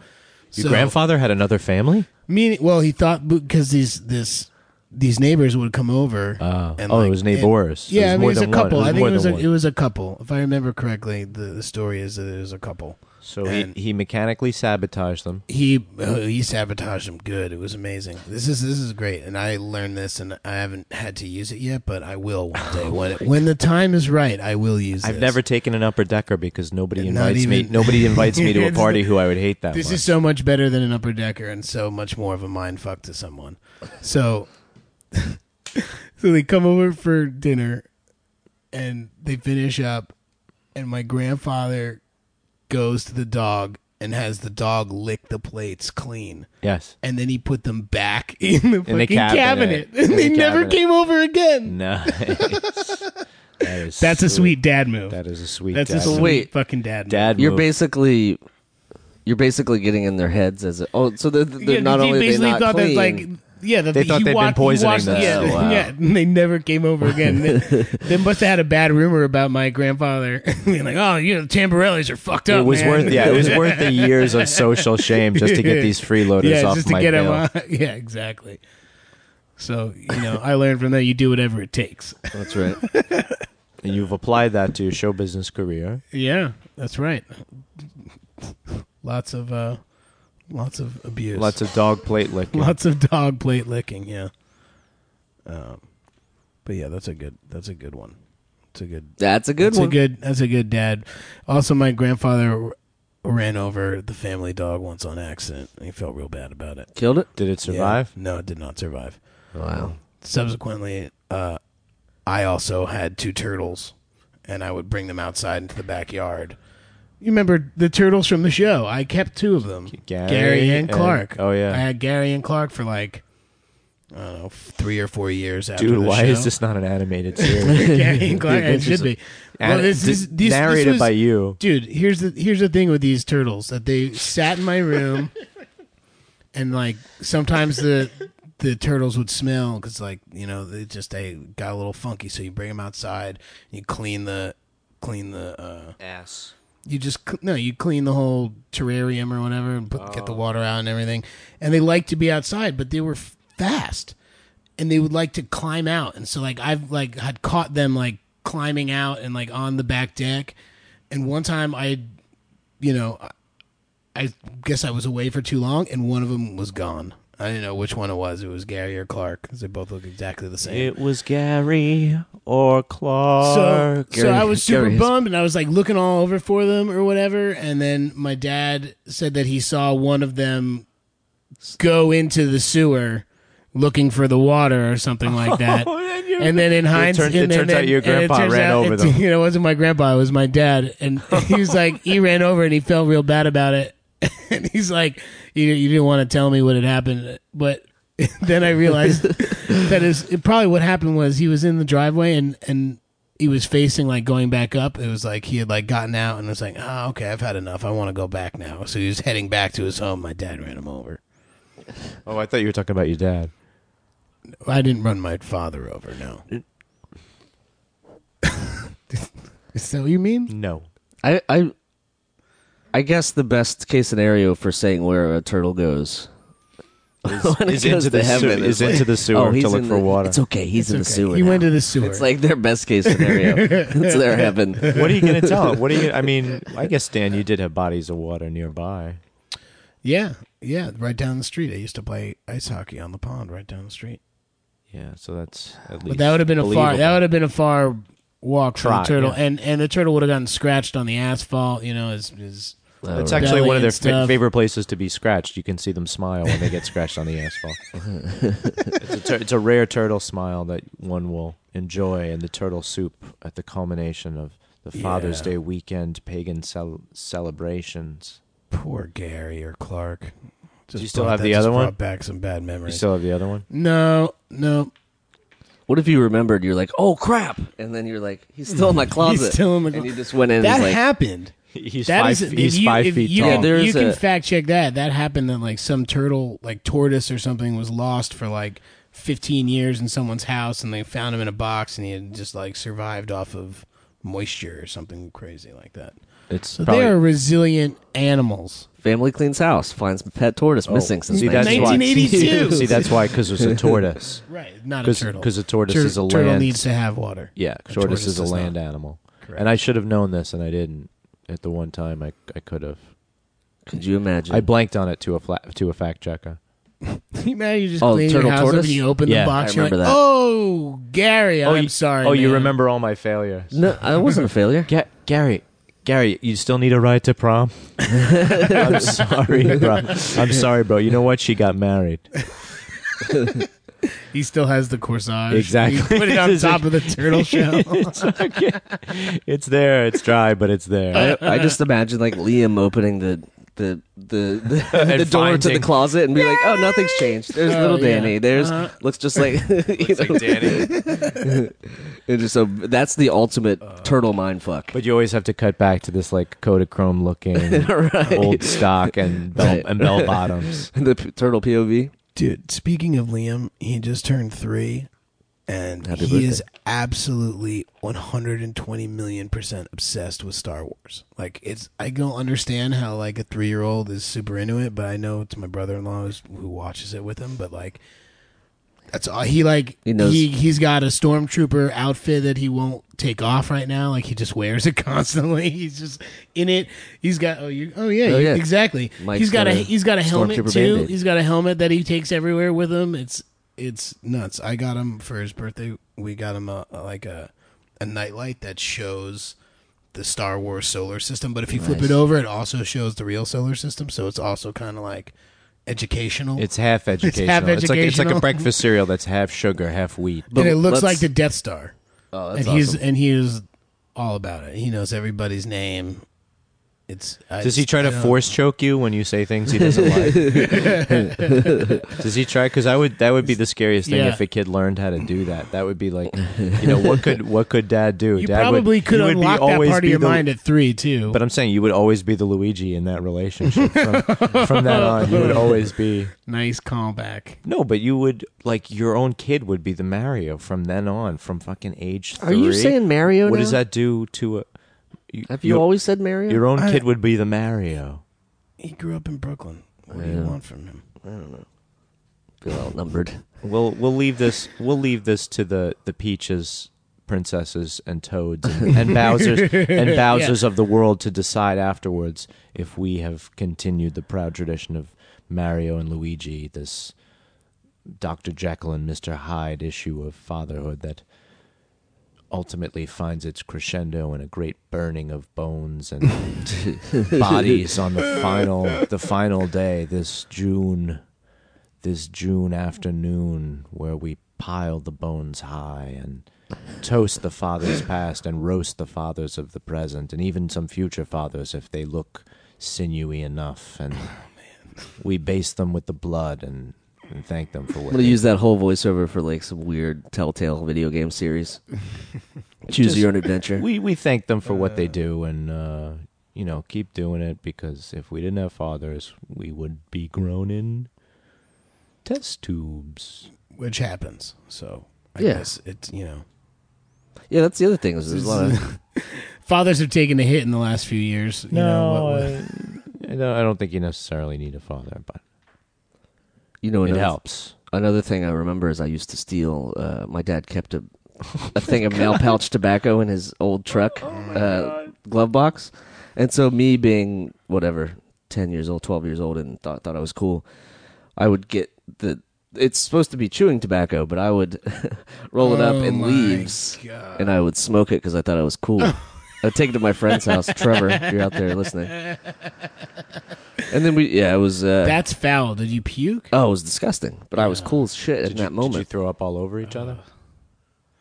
Speaker 5: Your
Speaker 1: So-
Speaker 5: grandfather had another family.
Speaker 1: Meaning, well, he thought because these this these neighbors would come over.
Speaker 5: Oh. Oh, it was neighbors.
Speaker 1: yeah, I
Speaker 5: It was
Speaker 1: mean, it
Speaker 5: more
Speaker 1: was a
Speaker 5: than one.
Speaker 1: couple.
Speaker 5: It was
Speaker 1: I think
Speaker 5: more
Speaker 1: it was
Speaker 5: than
Speaker 1: a,
Speaker 5: one.
Speaker 1: it was a couple. If I remember correctly, the, the story is that it was a couple.
Speaker 5: So
Speaker 1: he- And-
Speaker 5: he, he mechanically sabotaged them.
Speaker 1: he oh, he sabotaged him good. It was amazing. This is this is great, and I learned this, and I haven't had to use it yet, but I will one day when it, when the time is right. I will use.
Speaker 5: I've
Speaker 1: this.
Speaker 5: never taken an upper decker because nobody
Speaker 1: Not
Speaker 5: invites me.
Speaker 1: even- (laughs)
Speaker 5: Nobody invites me to a
Speaker 1: It's-
Speaker 5: party who I would hate that
Speaker 1: This
Speaker 5: much.
Speaker 1: is so much better than an upper decker, and so much more of a mind fuck to someone. So, (laughs) so they come over for dinner, and they finish up, and my grandfather goes to the dog and has the dog lick the plates clean. (laughs)
Speaker 5: yes.
Speaker 1: and then he put them back (laughs) in the fucking
Speaker 5: cabinet.
Speaker 1: cabinet,
Speaker 5: In
Speaker 1: and
Speaker 5: the
Speaker 1: they never
Speaker 5: cabinet.
Speaker 1: came over again.
Speaker 5: No.
Speaker 1: That's a sweet dad move.
Speaker 5: That is a sweet.
Speaker 1: That's
Speaker 5: dad
Speaker 1: a sweet
Speaker 5: move.
Speaker 7: Wait.
Speaker 1: fucking dad.
Speaker 5: dad.
Speaker 7: You're
Speaker 5: move.
Speaker 7: basically you're basically getting in their heads as a, oh, so they're,
Speaker 1: move.
Speaker 7: they're not
Speaker 1: he
Speaker 7: only they
Speaker 1: basically
Speaker 7: not
Speaker 1: thought
Speaker 7: clean.
Speaker 1: that like yeah, that
Speaker 5: They thought
Speaker 1: he
Speaker 5: they'd been
Speaker 1: walked- he
Speaker 5: poisoning
Speaker 1: washed-
Speaker 5: them.
Speaker 1: Yeah,
Speaker 5: Oh,
Speaker 1: (laughs)
Speaker 5: wow.
Speaker 1: yeah, and they never came over again.
Speaker 7: (laughs)
Speaker 1: they, they must have had a bad rumor about my grandfather (laughs) being like, "Oh, you know, the Tamborellis are fucked up."
Speaker 5: It was
Speaker 1: man."
Speaker 5: worth. Yeah, it was worth the years of social shame just to get these
Speaker 1: (laughs)
Speaker 5: freeloaders
Speaker 1: yeah,
Speaker 5: off
Speaker 1: just
Speaker 5: my
Speaker 1: to get
Speaker 5: bill.
Speaker 1: him. On. (laughs) Yeah, exactly. So you know, I learned from that. You do whatever it takes.
Speaker 7: That's right.
Speaker 5: And you've applied that to your show business career.
Speaker 1: Yeah, that's right. (laughs) lots of uh lots of abuse. (laughs)
Speaker 5: Lots of dog plate licking.
Speaker 1: lots of dog plate licking, yeah. Um but yeah, that's a good that's a good one. It's a good
Speaker 7: That's a good
Speaker 1: that's
Speaker 7: one.
Speaker 1: a good that's a good dad. Also my grandfather r- ran over the family dog once on accident. and He felt real bad about it.
Speaker 7: Killed it.
Speaker 5: Did it
Speaker 1: Yeah.
Speaker 5: survive?
Speaker 1: No, it did not survive.
Speaker 7: Wow.
Speaker 1: Subsequently, uh I also had two turtles and I would bring them outside into the backyard. You remember the turtles from the show? I kept two of them,
Speaker 5: Gary
Speaker 1: and
Speaker 5: and-
Speaker 1: Clark.
Speaker 5: oh, yeah.
Speaker 1: I had Gary and Clark for like I don't know three or four years after.
Speaker 5: Dude,
Speaker 1: the
Speaker 5: why
Speaker 1: show.
Speaker 5: is this not an animated series?
Speaker 1: Gary and Clark?
Speaker 5: Dude,
Speaker 1: it
Speaker 5: (laughs) this
Speaker 1: should
Speaker 5: is-
Speaker 1: be.
Speaker 5: (laughs) Ana- d- narrated by you.
Speaker 1: dude. Here's the here's the thing with these turtles that they sat in my room, and like sometimes the the turtles would smell because like you know they just they got a little funky. So you bring them outside, you clean the clean the. uh
Speaker 7: Ass.
Speaker 1: you just cl- no, you clean the whole terrarium or whatever and put, get the water out and everything. And they like to be outside, but they were f- fast, and they would like to climb out. And so like I've like had caught them like climbing out and like on the back deck. And one time I, you know, I-
Speaker 6: I guess I was away for too long, and one of them was gone. I didn't know which one it was. It was Gary or Clark, 'cause they both look exactly the same.
Speaker 5: It was Gary or
Speaker 6: so,
Speaker 5: Clark.
Speaker 6: so I was super
Speaker 7: Gary has-
Speaker 6: bummed, and I was like looking all over for them or whatever. And then my dad said that he saw one of them go into the sewer looking for the water or
Speaker 5: (laughs)
Speaker 6: something
Speaker 5: Oh,
Speaker 6: like that. and then in hindsight,
Speaker 5: turns- it
Speaker 6: and then-
Speaker 5: turns out your
Speaker 6: and it
Speaker 5: grandpa
Speaker 6: turns
Speaker 5: ran
Speaker 6: out
Speaker 5: over
Speaker 6: it,
Speaker 5: them.
Speaker 6: You know, (laughs) it wasn't my grandpa; it was my dad. And he was like, he ran over and he felt real bad about it. (laughs) And he's like, you, you didn't want to tell me what had happened, but (laughs) then
Speaker 5: (laughs)
Speaker 6: I realized that is it probably what happened was he was in the driveway and and he was facing like going back up. It was like he had like gotten out and was like, oh, okay, I've had enough. I want to go back now. So he was heading back to his home. My dad ran him over.
Speaker 5: oh, I thought you were talking about your dad.
Speaker 6: I didn't run my father over.
Speaker 5: (laughs)
Speaker 6: No. Is that what you mean?
Speaker 5: No.
Speaker 7: I, I, I guess the best case scenario for saying where a turtle goes (laughs) when it
Speaker 5: is
Speaker 7: goes
Speaker 5: into the
Speaker 7: to heaven
Speaker 5: sewer- is
Speaker 7: like,
Speaker 5: into the sewer
Speaker 7: "Oh,
Speaker 5: to
Speaker 7: he's
Speaker 5: look
Speaker 7: in
Speaker 5: for
Speaker 7: the-
Speaker 5: water."
Speaker 7: It's okay. He's in the sewer.
Speaker 6: He went
Speaker 7: now."
Speaker 6: to the sewer.
Speaker 7: It's like their best case
Speaker 6: (laughs)
Speaker 7: scenario. it's their heaven.
Speaker 5: What are you going to tell him? What are you? I mean, I guess Dan, you did have bodies of water nearby.
Speaker 6: yeah, yeah, right down the street. I used to play ice hockey on the pond right down the street.
Speaker 5: Yeah, so that's at least.
Speaker 6: But that would have been a far. That
Speaker 5: believable.
Speaker 6: would have been a far walk for the
Speaker 5: Try,
Speaker 6: turtle,
Speaker 5: yeah.
Speaker 6: and and the turtle would have gotten scratched on the asphalt. You know, is is
Speaker 5: It's actually
Speaker 6: belly
Speaker 5: one of their
Speaker 6: and
Speaker 5: fa-
Speaker 6: stuff.
Speaker 5: favorite places to be scratched. You can see them smile when they get scratched on the (laughs) asphalt. it's, a tur- it's a rare turtle smile that one will enjoy in the turtle soup at the culmination of the Father's
Speaker 6: Yeah.
Speaker 5: Day weekend pagan cel- celebrations.
Speaker 6: poor Gary or Clark. Just
Speaker 5: you still
Speaker 6: brought-
Speaker 5: have
Speaker 6: that
Speaker 5: the
Speaker 6: just
Speaker 5: other one?
Speaker 6: brought Back some bad
Speaker 5: You
Speaker 6: memories.
Speaker 5: still have the other one?
Speaker 6: no, no, (laughs)
Speaker 7: What if you remembered? You're like, oh crap, and then you're like, he's still
Speaker 6: (laughs)
Speaker 7: in my closet.
Speaker 6: still in my
Speaker 7: And
Speaker 6: clo-
Speaker 7: you just went in.
Speaker 6: that
Speaker 7: and was like,
Speaker 6: happened.
Speaker 5: (laughs) He's
Speaker 6: That
Speaker 5: five,
Speaker 6: is, if
Speaker 5: he's
Speaker 6: you,
Speaker 5: five
Speaker 6: if
Speaker 5: feet
Speaker 6: you
Speaker 5: tall.
Speaker 6: Can,
Speaker 7: Yeah, there
Speaker 6: you
Speaker 7: is
Speaker 6: can
Speaker 7: a-
Speaker 6: fact check that. That happened that like some turtle, like tortoise or something, was lost for like 15 years in someone's house, and they found him in a box, and he had just like survived off of moisture or something crazy like that.
Speaker 5: it's
Speaker 6: So
Speaker 5: probably-
Speaker 6: they are resilient animals.
Speaker 7: family cleans house, finds pet
Speaker 6: Oh.
Speaker 7: tortoise missing since
Speaker 5: see, that's
Speaker 7: 1982.
Speaker 5: Why,
Speaker 6: 1982.
Speaker 5: see, that's why, because
Speaker 6: (laughs)
Speaker 5: it's a tortoise.
Speaker 6: Right, not
Speaker 5: 'Cause-
Speaker 6: a turtle.
Speaker 5: 'cause a tortoise
Speaker 6: Tur-
Speaker 5: is a
Speaker 6: Turtle
Speaker 5: land-
Speaker 6: needs to have water.
Speaker 5: Yeah,
Speaker 6: A
Speaker 5: tortoise, is a
Speaker 6: does
Speaker 5: land
Speaker 6: not.
Speaker 5: animal.
Speaker 6: Correct.
Speaker 5: And I should have known this, and I didn't. At the one time, I, I could have.
Speaker 7: Could you imagine?
Speaker 5: I blanked on it to a fla- to a fact checker.
Speaker 6: (laughs) Can you imagine you just
Speaker 7: Oh,
Speaker 6: clean your
Speaker 7: turtle
Speaker 6: house up
Speaker 7: tortoise?
Speaker 6: and you open
Speaker 5: Yeah,
Speaker 6: the box?
Speaker 7: I
Speaker 6: you're
Speaker 7: remember
Speaker 6: like,
Speaker 7: that.
Speaker 6: Oh, Gary, I'm
Speaker 5: you-
Speaker 6: sorry.
Speaker 5: Oh, you
Speaker 6: man."
Speaker 5: remember all my failures.
Speaker 7: no, I wasn't a failure.
Speaker 5: Ga- Gary, Gary, you still need a ride to prom? (laughs) I'm sorry, bro. I'm sorry, bro. You know what? She got married.
Speaker 6: He still has the corsage.
Speaker 5: Exactly.
Speaker 6: You put
Speaker 5: (laughs)
Speaker 6: it on
Speaker 5: It's
Speaker 6: top of the turtle
Speaker 5: (laughs)
Speaker 6: shell.
Speaker 5: It's okay. It's there. It's dry, but it's (laughs) there.
Speaker 7: I, I just imagine like Liam opening the the the the,
Speaker 5: And
Speaker 7: the door to the
Speaker 5: finding-
Speaker 7: closet and be like, oh, nothing's changed. There's
Speaker 6: Oh,
Speaker 7: little
Speaker 6: yeah.
Speaker 7: Danny. There's
Speaker 6: Uh-huh.
Speaker 7: looks just like you know,
Speaker 5: Danny.
Speaker 7: and just so that's the ultimate turtle mind fuck. (laughs)
Speaker 5: But you always have to cut back to this like Kodachrome looking (laughs) old stock and bell,
Speaker 7: Right.
Speaker 5: and bell bottoms.
Speaker 7: the p- turtle POV.
Speaker 6: Dude, speaking of Liam, he just turned three, and
Speaker 7: Happy
Speaker 6: he
Speaker 7: birthday.
Speaker 6: is absolutely 120 million percent obsessed with Star Wars. Like, it's I don't understand how like a three year old is super into it, but I know it's my brother in law who watches it with him. But like, that's all he like.
Speaker 7: He knows.
Speaker 6: He he's got a stormtrooper outfit that he won't take off right now. Like he just wears it (laughs) constantly. He's just in it. He's got oh you oh yeah,
Speaker 7: Oh,
Speaker 6: you-
Speaker 7: yeah.
Speaker 6: exactly.
Speaker 7: Mike's
Speaker 6: he's got,
Speaker 7: got
Speaker 6: a,
Speaker 7: a
Speaker 6: he's got a helmet
Speaker 7: Stormtrooper
Speaker 6: too.
Speaker 7: Band-Aid.
Speaker 6: He's got a helmet that he takes everywhere with him. It's it's nuts. I got him for his birthday. We got him a, a- like a a nightlight that shows the Star Wars solar system, but if you flip it over, it also shows the real solar system. So it's also kind of like educational.
Speaker 5: It's half educational.
Speaker 6: half
Speaker 5: like it's like a
Speaker 6: educational.
Speaker 5: breakfast cereal that's half sugar, half wheat.
Speaker 6: and it looks
Speaker 7: let's-
Speaker 6: like the Death Star.
Speaker 7: Oh,
Speaker 6: and
Speaker 7: that's
Speaker 6: he's
Speaker 7: awesome.
Speaker 6: and he is all about it. He knows everybody's name. It's I
Speaker 5: Does he
Speaker 6: just-
Speaker 5: try to
Speaker 6: I don't-
Speaker 5: force choke you when you say things he doesn't
Speaker 6: (laughs)
Speaker 5: like? Does he try? Because I would. That would be the scariest thing
Speaker 6: Yeah.
Speaker 5: if a kid learned how to do that. That would be like, you know, what could what could dad do?
Speaker 6: You
Speaker 5: dad
Speaker 6: probably could
Speaker 5: you would be
Speaker 6: unlock that
Speaker 5: always
Speaker 6: part of
Speaker 5: be
Speaker 6: your
Speaker 5: the-
Speaker 6: mind at three too.
Speaker 5: But I'm saying you would always be the Luigi in that relationship. From, from that on, you would always be
Speaker 6: nice callback.
Speaker 5: no. But you would like your own kid would be the Mario from then on, from fucking age. Three.
Speaker 7: Are you saying Mario?
Speaker 5: What does
Speaker 7: now?
Speaker 5: that do to a? You,
Speaker 7: Have you
Speaker 5: your-
Speaker 7: always said Mario?
Speaker 5: Your own
Speaker 6: I-
Speaker 5: kid would be the Mario.
Speaker 6: He grew up in Brooklyn. What do you want from him?
Speaker 7: Feel outnumbered.
Speaker 5: We'll we'll leave this we'll leave this to the the peaches princesses and toads and, and Bowser's and Bowser's of the world to decide afterwards if we have continued the proud tradition of Mario and Luigi, this Dr. Jekyll and Mr. Hyde issue of fatherhood that ultimately finds its crescendo in a great burning of bones and (laughs) bodies on the final the final day this June this June afternoon where we pile the bones high and toast the fathers past and roast the fathers of the present and even some future fathers if they look sinewy enough
Speaker 7: Oh,
Speaker 5: and we baste them with the blood and, and thank them for what
Speaker 7: I'm gonna
Speaker 5: they
Speaker 7: use that whole voiceover for like some weird Telltale video game series. Choose your own adventure.
Speaker 5: we we thank them for what they do and uh you know keep doing it because if we didn't have fathers we would be grown in test tubes
Speaker 1: which happens. So I
Speaker 7: Yeah.
Speaker 1: guess it's you know
Speaker 7: yeah, that's the other thing. Is there's a lot of
Speaker 1: fathers have taken a hit in the last few years. You know, what with-
Speaker 5: (laughs) I, I don't, I don't think you necessarily need a father but
Speaker 7: you know
Speaker 5: it
Speaker 7: another-
Speaker 5: helps
Speaker 7: Another thing I remember is I used to steal. Uh, my dad kept a a thing of nail pouch tobacco in his old truck uh, glove box, and so me being whatever ten years old, twelve years old, and thought thought I was cool, I would get the. It's supposed to be chewing tobacco, but I would (laughs) roll it up
Speaker 1: Oh
Speaker 7: in
Speaker 1: my
Speaker 7: leaves,
Speaker 1: God.
Speaker 7: and I would smoke it because I thought I was cool. I'd take it to my friend's house, Trevor. If you're out there
Speaker 1: (laughs)
Speaker 7: listening, and then we yeah, it was uh,
Speaker 1: that's foul. Did you puke?
Speaker 7: Oh, it was disgusting. But I was cool as shit in
Speaker 5: did
Speaker 7: that
Speaker 5: you,
Speaker 7: moment.
Speaker 5: did you throw up all over each other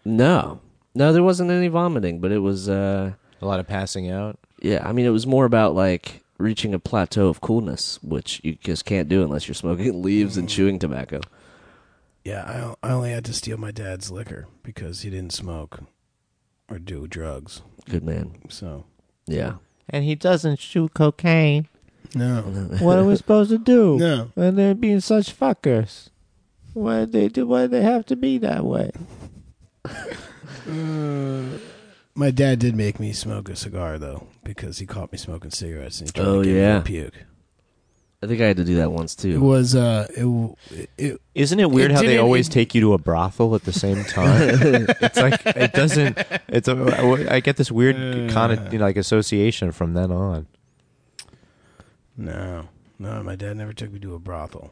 Speaker 7: no. No, there wasn't any vomiting, but it was uh
Speaker 5: a lot of passing out
Speaker 7: yeah, I mean it was more about like reaching a plateau of coolness, which you just can't do unless you're smoking (laughs) leaves and chewing tobacco.
Speaker 1: Yeah, I, I only had to steal my dad's liquor because he didn't smoke or do drugs.
Speaker 7: Good man.
Speaker 1: So
Speaker 7: Yeah. (laughs)
Speaker 9: And he doesn't shoot cocaine.
Speaker 1: no,
Speaker 9: What are we supposed to do?
Speaker 1: no.
Speaker 9: When they're being such fuckers. Why they do? Why they have to be that way?
Speaker 1: Uh, My dad did make me smoke a cigar though because he caught me smoking cigarettes and he tried
Speaker 7: Oh,
Speaker 1: to get
Speaker 7: yeah.
Speaker 1: me to puke.
Speaker 7: I think I had to do that once
Speaker 1: It
Speaker 7: too.
Speaker 1: was uh, it w- it
Speaker 5: Isn't it weird
Speaker 1: It
Speaker 5: how they
Speaker 1: didn't-
Speaker 5: always take you to a brothel at the same time? it's like it doesn't. It's a, I get this weird conno- you know, like association from then on.
Speaker 1: no, no. My dad never took me to a brothel,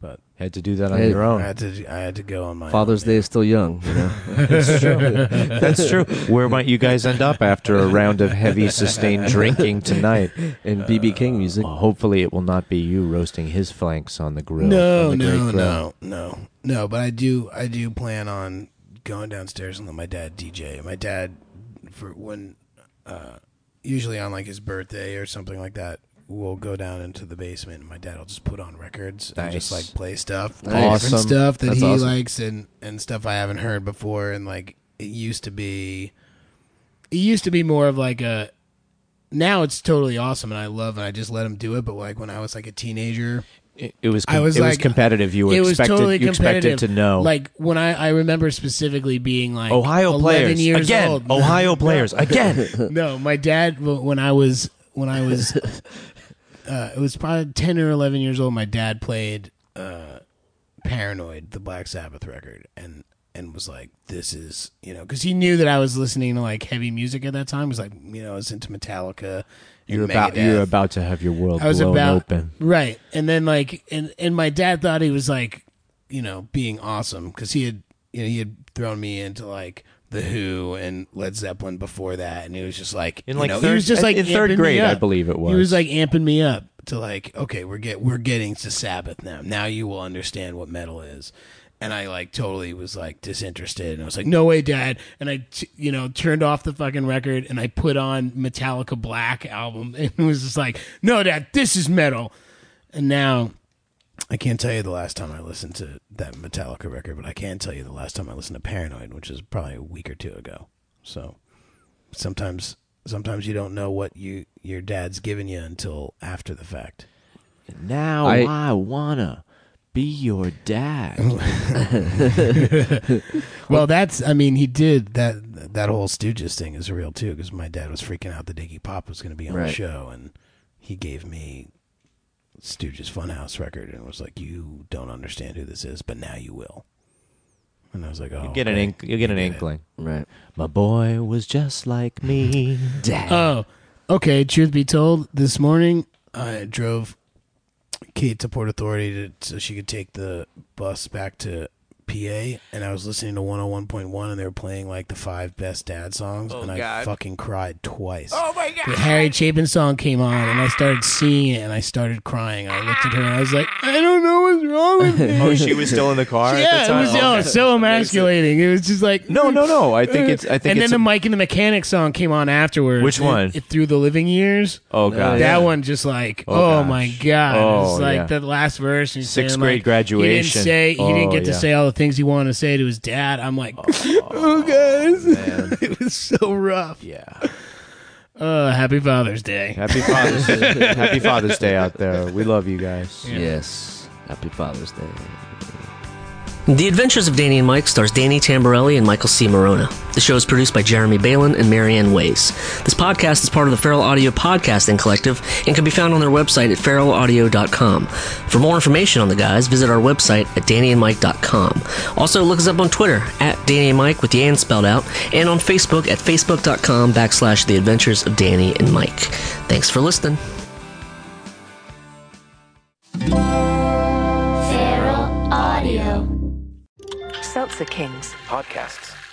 Speaker 1: but
Speaker 5: Had to do that on
Speaker 7: Hey,
Speaker 5: your
Speaker 1: I
Speaker 5: own.
Speaker 1: had to I had to go on my
Speaker 7: Father's
Speaker 1: own,
Speaker 7: Day is still young, you
Speaker 5: (laughs)
Speaker 7: know.
Speaker 5: That's true. That's true. Where might you guys end up after a round of heavy, sustained drinking tonight?
Speaker 7: and BB King music.
Speaker 5: Well, hopefully, it will not be you roasting his flanks on the grill.
Speaker 1: No,
Speaker 5: on the
Speaker 1: no,
Speaker 5: great grill.
Speaker 1: no, no, no. But I do, I do plan on going downstairs and let my dad DJ. My dad, for when, uh, usually on like his birthday or something like that, will go down into the basement and my dad will just put on records and just
Speaker 5: Nice.
Speaker 1: like play stuff,
Speaker 5: Nice.
Speaker 1: different
Speaker 5: Awesome.
Speaker 1: stuff that
Speaker 7: That's
Speaker 1: he
Speaker 7: awesome.
Speaker 1: likes and and stuff I haven't heard before. And like it used to be, it used to be more of like a. Now it's totally awesome and I love and I just let him do it. But like when I was like a teenager,
Speaker 5: It, it was.
Speaker 1: I was
Speaker 5: it was
Speaker 1: like-
Speaker 5: competitive. You were
Speaker 1: it was
Speaker 5: expected.
Speaker 1: totally
Speaker 5: you expected
Speaker 1: competitive
Speaker 5: to know.
Speaker 1: Like when I, I remember specifically being like
Speaker 5: Ohio
Speaker 1: 11
Speaker 5: players
Speaker 1: years
Speaker 5: again.
Speaker 1: old.
Speaker 5: Ohio
Speaker 1: (laughs)
Speaker 5: players again.
Speaker 1: No, my dad w- when I was when I
Speaker 5: (laughs)
Speaker 1: was uh, it was probably ten or eleven years old. My dad played uh, "Paranoid," the Black Sabbath record, and and was like, "This is you know," because he knew that I was listening to like heavy music at that time. It was like you know, I was into Metallica. and
Speaker 5: You're about. You're
Speaker 1: Megadeth.
Speaker 5: about to have your world
Speaker 1: I was
Speaker 5: blown
Speaker 1: about
Speaker 5: open.
Speaker 1: right, and then like, and and my dad thought he was like, you know, being awesome because he had, you know, he had thrown me into like the Who and Led Zeppelin before that, and he was just like,
Speaker 5: In,
Speaker 1: you
Speaker 5: like,
Speaker 1: know, he
Speaker 5: third-
Speaker 1: was just
Speaker 5: in-
Speaker 1: like
Speaker 5: in third
Speaker 1: amping me
Speaker 5: grade, I
Speaker 1: up.
Speaker 5: believe it
Speaker 1: He
Speaker 5: was.
Speaker 1: was like amping me up to like, okay, we're get we're getting to Sabbath now. Now you will understand what metal is. And I like totally was like disinterested, and I was like, "No way, Dad!" And I, t- you know, turned off the fucking record, and I put on Metallica Black album, (laughs) and it was just like, "No, Dad, this is metal." And now, I can't tell you the last time I listened to that Metallica record, but I can tell you the last time I listened to Paranoid, which is probably a week or two ago. So sometimes, sometimes you don't know what you your dad's giving you until after the fact.
Speaker 5: Now
Speaker 7: I-
Speaker 5: I, wanna be your dad.
Speaker 1: Well, that's I mean, he did that. That whole Stooges thing is real too, because my dad was freaking out that Iggy Pop was going to be on the
Speaker 7: Right.
Speaker 1: show, and he gave me Stooges Funhouse record and was like, "You don't understand who this is, but now you will."
Speaker 6: And I was like, oh,
Speaker 5: Get an ink. You get an inkling.
Speaker 4: Right.
Speaker 5: My boy was just like me. Uh,
Speaker 6: Oh, okay. Truth be told, this morning I drove Kate to Port Authority to, so she could take the bus back to PA, and I was listening to 101.1, and they were playing like the five best dad songs, and I fucking cried twice. Oh my god! The Harry Chapin song came on, and I started singing it, and I started crying. I looked at her, and I was like, I don't know what's wrong with
Speaker 5: (laughs)
Speaker 6: me.
Speaker 5: oh, she was still in the car at the
Speaker 6: Yeah, it
Speaker 5: time.
Speaker 6: was oh, so emasculating. It was just like
Speaker 5: No, no, no. I think it's. I think
Speaker 6: and then
Speaker 5: it's.
Speaker 6: the Mike and the Mechanic song came on afterwards.
Speaker 5: Which one?
Speaker 6: It, it through the living years.
Speaker 5: oh god.
Speaker 6: That one just like oh,
Speaker 5: gosh.
Speaker 6: my god!
Speaker 5: Oh,
Speaker 6: it's like
Speaker 5: yeah.
Speaker 6: the last verse. And he's
Speaker 5: Sixth
Speaker 6: saying,
Speaker 5: grade
Speaker 6: like, He
Speaker 5: graduation.
Speaker 6: didn't say he didn't
Speaker 5: Oh,
Speaker 6: get to
Speaker 5: yeah.
Speaker 6: say all the things he wanted to say to his dad. I'm like, (laughs) oh, guys, (laughs) it was so rough.
Speaker 5: Yeah.
Speaker 6: Uh, happy Father's Day.
Speaker 5: Happy Father's Happy Father's Day out there. We love you guys.
Speaker 4: Yes. Happy Father's Day. The Adventures of Danny and Mike stars Danny Tamborelli and Michael C. Morona. The show is produced by Jeremy Balin and Marianne Ways. This podcast is part of the Feral Audio Podcasting Collective and can be found on their website at feralaudio.com. For more information on the guys, visit our website at dannyandmike.com. Also, look us up on Twitter at Danny and Mike with the and spelled out, and on Facebook at facebook.com backslash The Adventures of Danny and Mike. Thanks for listening.
Speaker 10: Feral Audio.
Speaker 11: Seltzer Kings.
Speaker 12: podcasts.